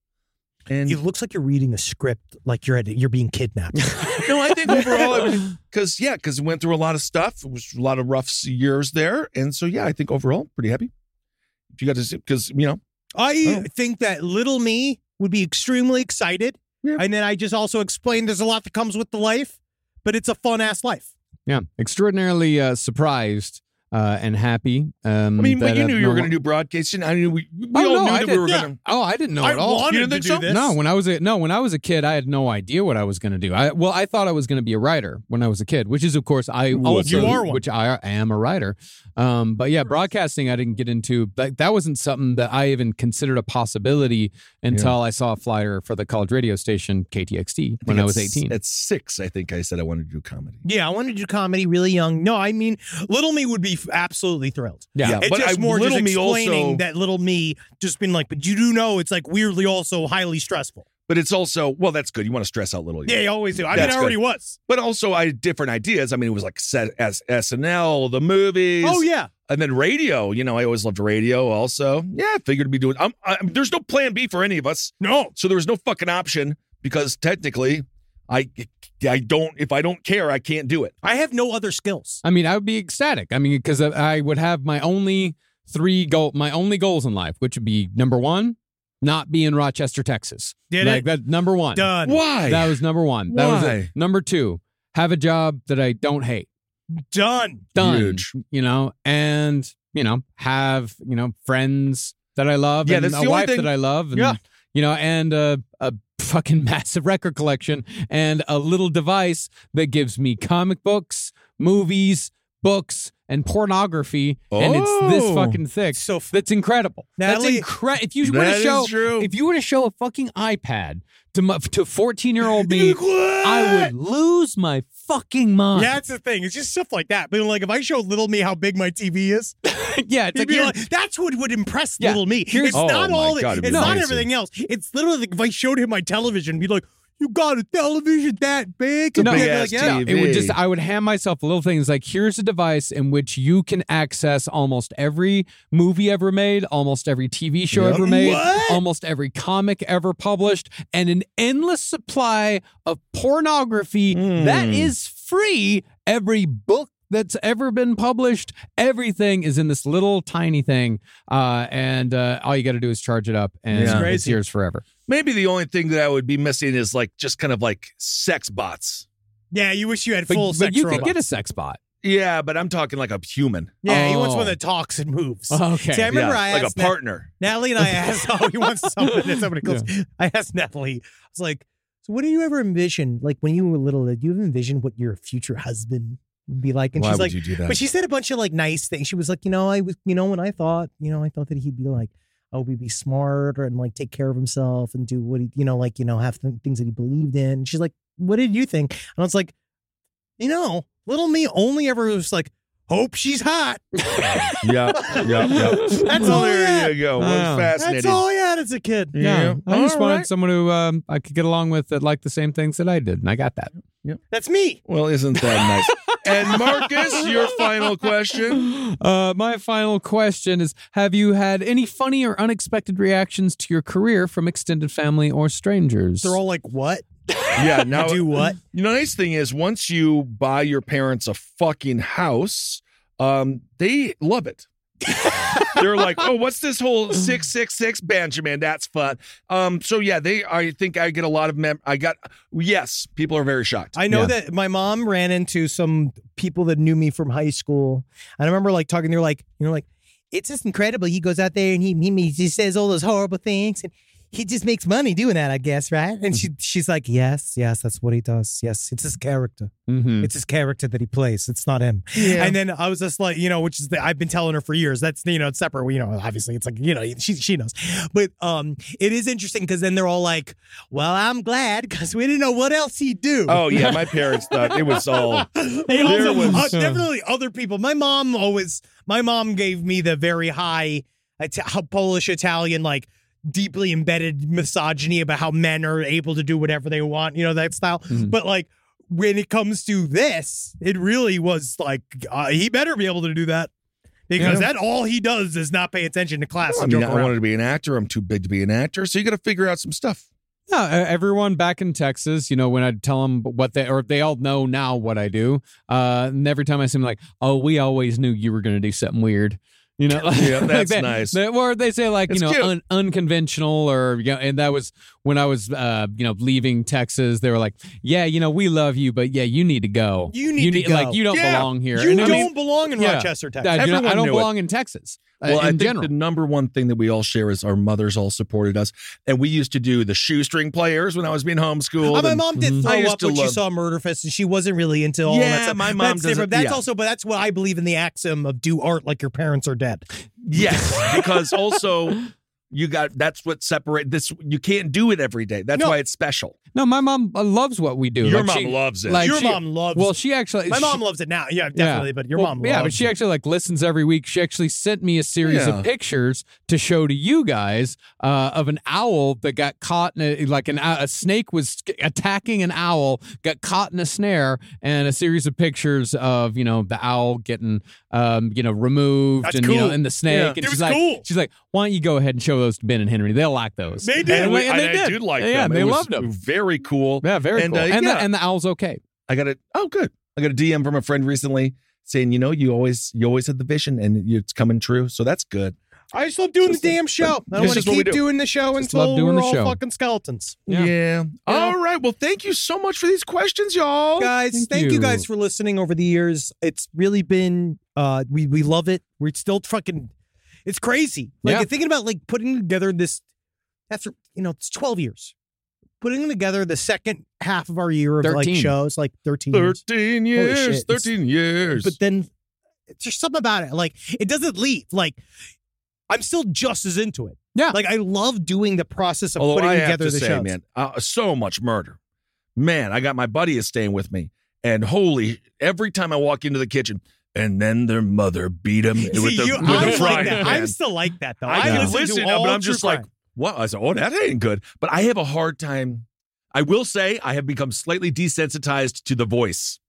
And
It looks like you're reading a script, like you're at, you're being kidnapped.
no, I think overall, because yeah, because went through a lot of stuff. It was a lot of rough years there, and so yeah, I think overall, pretty happy. If you got to see, because you know, Oh.
I think that little me would be extremely excited,
Yeah.
and then I just also explained there's a lot that comes with the life, but it's a fun ass life.
Yeah. Extraordinarily uh, surprised uh, and happy. Um,
I mean, but
that,
you
uh,
knew you were
no-
going to do broadcasting. I knew we, we
Oh,
all
no,
knew
I
that we
did-
were
yeah.
going to.
Oh, I didn't know
I
at all.
wanted
You didn't
to
think
do
so?
this.
No, when I was a no, when I was a kid, I had no idea what I was going to do. I well, I thought I was going to be a writer when I was a kid, which is of course I
Which
also
Oh, you are one.
which I am a writer. Um, but yeah, broadcasting I didn't get into. That that wasn't something that I even considered a possibility until I saw a flyer for the college radio station KTXT when I was
At s-
eighteen.
At six, I think I said I wanted to do comedy.
Yeah, I wanted to do comedy really young. No, I mean, little me would be f- absolutely thrilled.
Yeah.
Yeah.
It's
But
just
I-
more
little
just
me
explaining
also-
that little me just been like, but you do know it's like weirdly also highly stressful.
But it's also, well, that's good. You want to stress out little. you.
Yeah, you always do. I
That's
mean, I already was.
But also, I had different ideas. I mean, it was like set as SNL, the movies.
Oh yeah,
And then radio. You know, I always loved radio also. Yeah, I figured to be doing, I'm, I'm, there's no plan B for any of us.
No.
So there was no fucking option because technically, I, I don't, if I don't care, I can't do it.
I have no other skills.
I mean, I would be ecstatic. I mean, because I I would have my only three goal, my only goals in life, which would be number one, not be in Rochester, Texas.
Did
like
it?
that number one.
Done.
Why?
That was number one. That was it.
Why?
Number two, have a job that I don't hate.
Done.
Done.
Huge.
You know, and you know, have you know friends that I love
Yeah,
and
that's the
a
only
wife
thing-
that I love. And,
Yeah.
You know, and a, a fucking massive record collection and a little device that gives me comic books, movies, books, and pornography. And it's this
Oh.
fucking thick.
So f-
that's incredible.
Natalie-
that's incredible. If you were
That
to
is
show,
true.
if you were to show a fucking iPad to mu- to fourteen year old me, I would lose my fucking mind.
Yeah, that's the thing. It's just stuff like that. But like, if I showed little me how big my TV is,
yeah, it's
he'd
like,
be
you're-
like, "That's what would impress
Yeah,
little me."
here's-
It's
Oh
not
my
all.
God,
that,
it'd
it's
be
not
amazing.
everything else. It's literally like if I showed him my television, he'd be like, "You got a television that big?"
No,
And he'd
big
be
ass
like, yeah.
TV.
it would just I would hand myself a little thing. It's like here's a device in which you can access almost every movie ever made, almost every TV show ever made,
What?
almost every comic ever published, and an endless supply of pornography that is free. Every book that's ever been published, everything is in this little tiny thing, uh, and uh, all you got to do is charge it up, and
Yeah.
it's yours forever.
Maybe the only thing that I would be missing is like just kind of like sex bots.
yeah, you wish you had
But,
full
but
sex
you
robot.
could get a sex bot.
Yeah, but I'm talking like a human.
yeah, he wants
Oh.
one that talks and moves.
Okay.
See, I remember
Yeah,
I
like
asked
a
Nat-
partner.
Natalie and I asked. Oh, he wants somebody. that Somebody close.
I asked Natalie. I was like, "So, what do you ever envision? Like when you were little, did you envision what your future husband would be like?" And she's like,
you do
"But she said a bunch of like nice things. She was like, you know, I was, you know, when I thought, you know, I thought that he'd be like." Oh, he'd be smart and like take care of himself and do what he, you know, like, you know, have th- things that he believed in. And she's like, What did you think? And I was like, You know, little me only ever was like, Hope she's hot.
yeah, yeah, yeah.
That's
Well,
all I
there
had.
you go. Well,
Wow.
fascinating.
That's all I had as a kid.
Yeah. I just
All
wanted
right.
someone who um, I could get along with that liked the same things that I did, and I got that.
That's me.
Well, isn't that nice? and Marcus, your final question.
Uh, my final question is Have you had any funny or unexpected reactions to your career from extended family or strangers?
They're all like, What?
Yeah, now
Do what?
The nice thing is once you buy your parents a fucking house, um, they love it. They're like, oh, what's this whole six six six Benjamin? That's fun. Um, so yeah, they. I think I get a lot of mem. I got yes, people are very shocked.
I know
Yeah.
that my mom ran into some people that knew me from high school. And I remember like talking, they were like, you know, like, it's just incredible. He goes out there and he, he, he just says all those horrible things and he just makes money doing that, I guess, right? And she, she's like, yes, yes, that's what he does. Yes, it's his character.
Mm-hmm.
It's his character that he plays. It's not him. And then I was just like, you know, which is the, I've been telling her for years. That's you know, it's separate. You know, obviously, it's like you know, she she knows. But um, it is interesting because then they're all like, "Well, I'm glad because we didn't know what else he'd do."
Oh yeah, my parents thought it was all.
They
There
also,
was-
uh, definitely other people. My mom always, my mom gave me the very high Ita- Polish Italian, like deeply embedded misogyny about how men are able to do whatever they want, you know, that style.
Mm-hmm.
Mhm.
But like when it comes to this, it really was like, uh, he better be able to do that because
Yeah.
that all he does is not pay attention to class
I
and
mean,
joke
I
around.
wanted to be an actor. I'm too big to be an actor. So you got to figure out some stuff.
No, e- everyone back in Texas, you know, when I'd tell them what they, or they all know now what I do. Uh, and every time I see them, like, oh, we always knew you were going to do something weird. You know,
Yeah,
Like
that's
they-
nice.
they- or they say like
It's
you
cute.
know un- unconventional, or you know, and that was when I was uh, you know leaving Texas. They were like, yeah, you know, we love you, but yeah, you need to go.
You need to
like
go."
you don't
Yeah.
belong here.
You
And I
don't
mean,
belong in
yeah.
Rochester,
I
Texas.
do not- I
Everyone
don't
knew it.
belong in Texas uh,
Well,
in
I think
general.
the number one thing that we all share is our mothers all supported us, and we used to do the shoestring players when I was being homeschooled.
Uh, my
and-
mom
Mm-hmm.
did throw
I used
up
to
when she
love-
saw Murder Fist, and she wasn't really into all
Yeah,
that stuff.
my mom
that's
doesn't-
different. That's
yeah.
also, but that's what I believe in the axiom of do art like your parents are dead.
Yes, because also you got that's what separate this. You can't do it every day. That's
No.
why it's special.
no, my mom uh, loves what we do.
Your
Like,
mom
she-
loves it.
like,
your
she-
mom loves.
Well, she actually
my
she-
mom loves it now. Yeah, definitely. But your
Well,
mom,
yeah,
loves
but she
it.
actually like listens every week. She actually sent me a series
Yeah.
of pictures to show to you guys uh, of an owl that got caught in a, like an a snake was attacking an owl, got caught in a snare, and a series of pictures of you know the owl getting um, you know removed
That's
and you know
cool.
and the snake.
Yeah.
And
It
she's
was
like,
cool.
she's like, why don't you go ahead and show those to Ben and Henry? They'll like those.
They did.
And,
we-
we- and they
I,
did.
did like
yeah,
them.
they
It was
loved them.
Very cool.
Yeah, very
And,
cool.
uh,
and,
yeah.
the, and the owl's okay.
I got it. Oh, good. I got a DM from a friend recently saying, you know, you always you always had the vision and it's coming true. So that's good.
I just love doing the
Just-
damn show. I don't
It's
want to
just what we
keep
do.
doing the show
Just love
until
doing
we're
the
all
show.
fucking skeletons.
Yeah.
All right. Well, thank you so much for these questions, y'all.
Guys,
Thank
thank, you.
you.
guys for listening over the years. It's really been uh we we love it. We're still fucking it's crazy. Like
Yeah.
thinking about like putting together this after you know, it's 12 years. Putting together the second half of our year of like
13.
shows, like 13 years.
Thirteen years.
shit. It's-
Thirteen years.
But then there's something about it. Like it doesn't leave. Like I'm still just as into it.
Yeah.
Like I love doing the process of
Although
putting
I have
together
to
the
say,
shows.
man, uh, so much murder. Man, I got my buddy is staying with me, and holy, every time I walk into the kitchen, and then their mother beat him with
See,
the
you,
with
I'm,
the
like
frying
that.
pan.
I'm still like that though.
I can
to
listen, no,
all
but I'm
true
just
crime.
like, what? I said, oh, that ain't good. But I have a hard time. I will say, I have become slightly desensitized to the voice,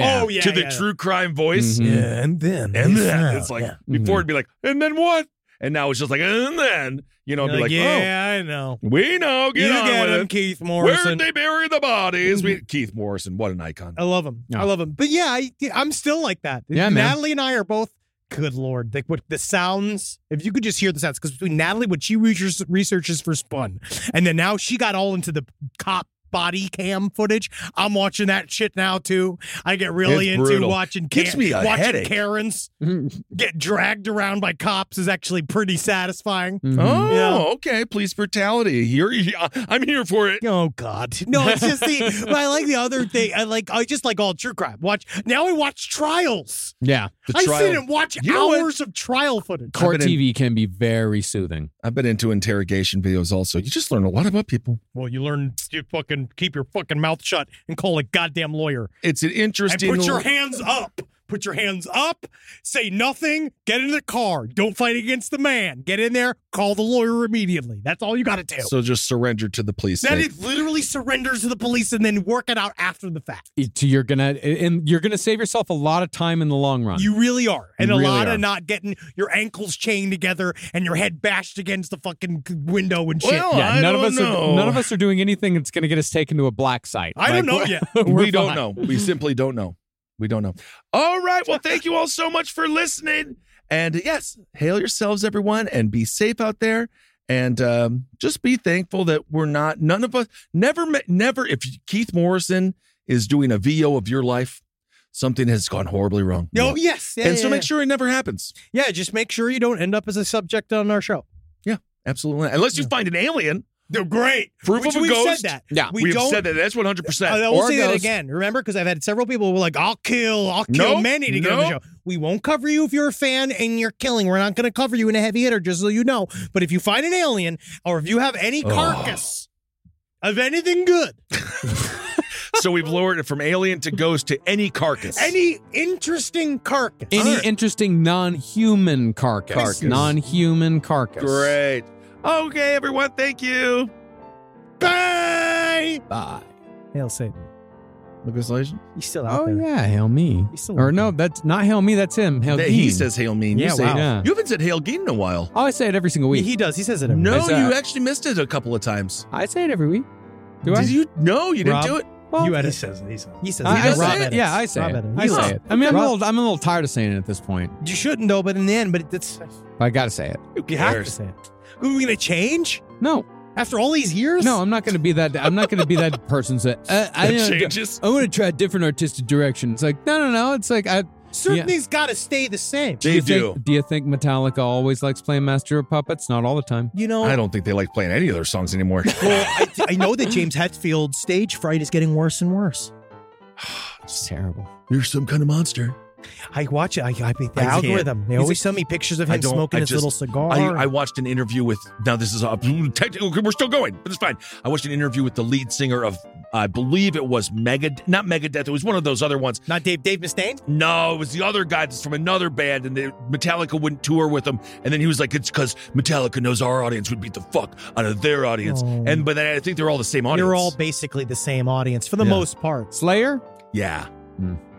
Oh yeah,
to the
yeah.
true crime voice.
Mhm.
Yeah, and then
Mm. And then it's like before
Mhm.
it'd be like, and then what? And now it's just like, and then you know,
I'll
it'd be like,
yeah, I know.
oh, we know, get
you
on
get
with
him,
it.
Keith Morrison. Mm-hmm. Oh,
Where'd they bury the bodies? We, Keith Morrison, what an icon.
I love him.
Yeah.
I love him. But yeah, I, I'm still like that.
Yeah, man.
Natalie and I are both. Good lord, like what the sounds. If you could just hear the sounds, because between Natalie, what she researches, researches for Spun, and then now she got all into the cop body cam footage. I'm watching that shit now too. I get really
It's
into
brutal.
watching.
Gives
Ka-
me a
watching
headache.
Karens get dragged around by cops is actually pretty satisfying.
Mhm.
Oh,
mm-hmm. Yeah.
okay. Police brutality. You're, yeah, I'm here for it.
Oh God! No, it's just the. but I like the other thing. I like. I just like all true crime. Watch now. I watch trials.
Yeah.
The
I
trial.
sit and watch
You know what?
hours of trial footage.
Court
been in-
TV can be very soothing.
I've been into interrogation videos also. You just learn a lot about people.
Well, you learn you fucking keep your fucking mouth shut and call a goddamn lawyer
It's an
and
interesting.
put your hands up. Put your hands up. Say nothing. Get in the car. Don't fight against the man. Get in there. Call the lawyer immediately. That's all you got to do.
so just surrender to the police.
then
state.
it literally surrenders to the police and then work it out after the fact.
it- you're gonna and you're gonna save yourself a lot of time in the long run.
You really are. And
You
a
really
lot
are.
of not getting your ankles chained together and your head bashed against the fucking window and shit.
well,
yeah,
I don't
none of us
know.
are none of us are doing anything that's gonna get us taken to a black site.
I don't know
we're-
yet.
we're
we don't
fine.
know. We simply don't know. We don't know. All right. Well, thank you all so much for listening. And yes, hail yourselves, everyone, and be safe out there. And um, just be thankful that we're not, none of us, never, met, never, if Keith Morrison is doing a VO of your life, something has gone horribly wrong.
No, yes. Yeah,
and
yeah,
so
yeah.
make sure it never happens.
Yeah, just make sure you don't end up as a subject on our show.
Absolutely. not. Unless you find an alien.
They're great.
Proof
Which
of a
we've
ghost?
said that.
Yeah.
we
We've
don't.
said that. That's 100%.
Oh,
I
We'll
will
Or
say that
ghost.
again. Remember, because I've had several people who were like, "I'll kill, I'll kill
Nope,
many to get on the
nope.
show." We won't cover you if you're a fan and you're killing. We're not going to cover you in a heavy hitter, just so you know. But if you find an alien or if you have any
Oh.
carcass of anything good,
so we've lowered it from alien to ghost to any carcass.
any interesting carcass,
Any
All right.
interesting non-human carcass,
Carcass.
non-human carcass.
Great. Okay, everyone. Thank you. Bye.
Bye.
Hail Satan.
Congratulations.
You still out
Oh
there?
yeah, hail me.
He's still
Or
out
no, that's not hail me. That's him. Hail
He
Dean.
says hail me.
Yeah,
you say
wow.
Yeah.
You haven't said hail Gene in a while.
Oh, I say it every single week.
He does. He says it. Every
No,
It's, uh,
you actually missed it a couple of times.
I say it every week. Do I?
Did you? No, you didn't
Rob,
do it.
Well,
You edit. He says. He says. He says.
I,
does
I
Rob
say it.
edits.
Yeah, I say
Rob
it.
edits.
I say
Huh.
it. I mean, I'm a
Rob-
little, I'm a little tired of saying it at this point.
You shouldn't though, but in the end, but it's
But I gotta say it.
Who
you have to
cares?
say it. Are we going to change
No,
after all these years?
no, I'm not gonna be that. I'm not gonna be that person. That uh, I,
That
uh,
changes.
I want to try a different artistic direction. It's like no, no, no. It's like I.
Certain things got to stay the same.
They
you
do.
Think, do you think Metallica always likes playing Master of Puppets? Not all the time.
You know,
I don't think they like playing any of their songs anymore.
Well, I, I know that James Hetfield's stage fright is getting worse and worse.
It's terrible.
You're some kind of monster.
I watch it. I, I the
I
algorithm. They
He's
always
a-
send me pictures of
I
him
don't-
smoking
I
his
just-
little cigar.
I, I watched an interview with. Now this is a mm, technical. We're still going, but it's fine. I watched an interview with the lead singer of, I believe it was Mega, not Megadeth. It was one of those other ones.
Not Dave. Dave Mustaine.
No, it was the other guy that's from another band, and they, Metallica wouldn't tour with him. And then he was like, "It's because Metallica knows our audience would beat the fuck out of their audience."
Oh.
And but then I think they're all the same audience.
You're all basically the same audience for the
Yeah.
most part.
Slayer.
yeah.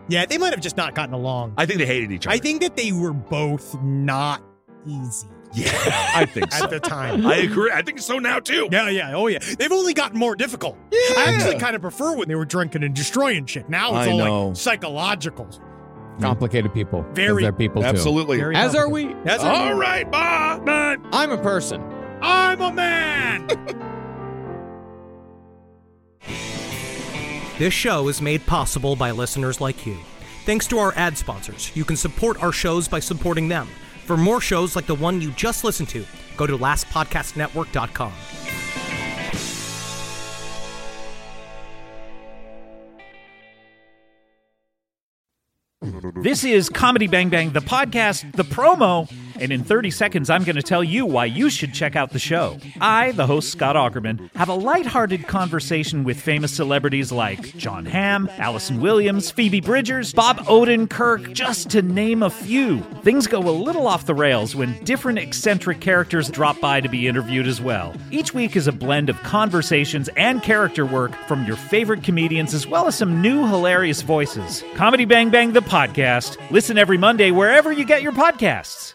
Yeah, they might have just not gotten along. I,
I think they hated each other.
think that they were both not easy
Yeah, I think so.
at the time.
I agree. I think so now too.
yeah, yeah, oh yeah. They've only gotten more difficult. I actually kind of prefer when they were drinking and destroying shit. Now it's
I
all
know.
like psychological.
Complicated people. 'cause
Very.
They're people
Mm. Absolutely.
too.
Very
As are
complicated.
we.
That's all.
All right, bye. bye.
I'm a person.
I'm a man.
This show is made possible by listeners like you. Thanks to our ad sponsors, you can support our shows by supporting them. For more shows like the one you just listened to, go to lastpodcastnetwork.com.
This is Comedy Bang Bang, the podcast, the promo, and in 30 seconds, I'm going to tell you why you should check out the show. I, the host Scott Augerman, have a lighthearted conversation with famous celebrities like John Hamm, Allison Williams, Phoebe Bridgers, Bob Odenkirk, just to name a few. Things go a little off the rails when different eccentric characters drop by to be interviewed as well. Each week is a blend of conversations and character work from your favorite comedians as well as some new hilarious voices. Comedy Bang Bang, the podcast. Listen every Monday wherever you get your podcasts.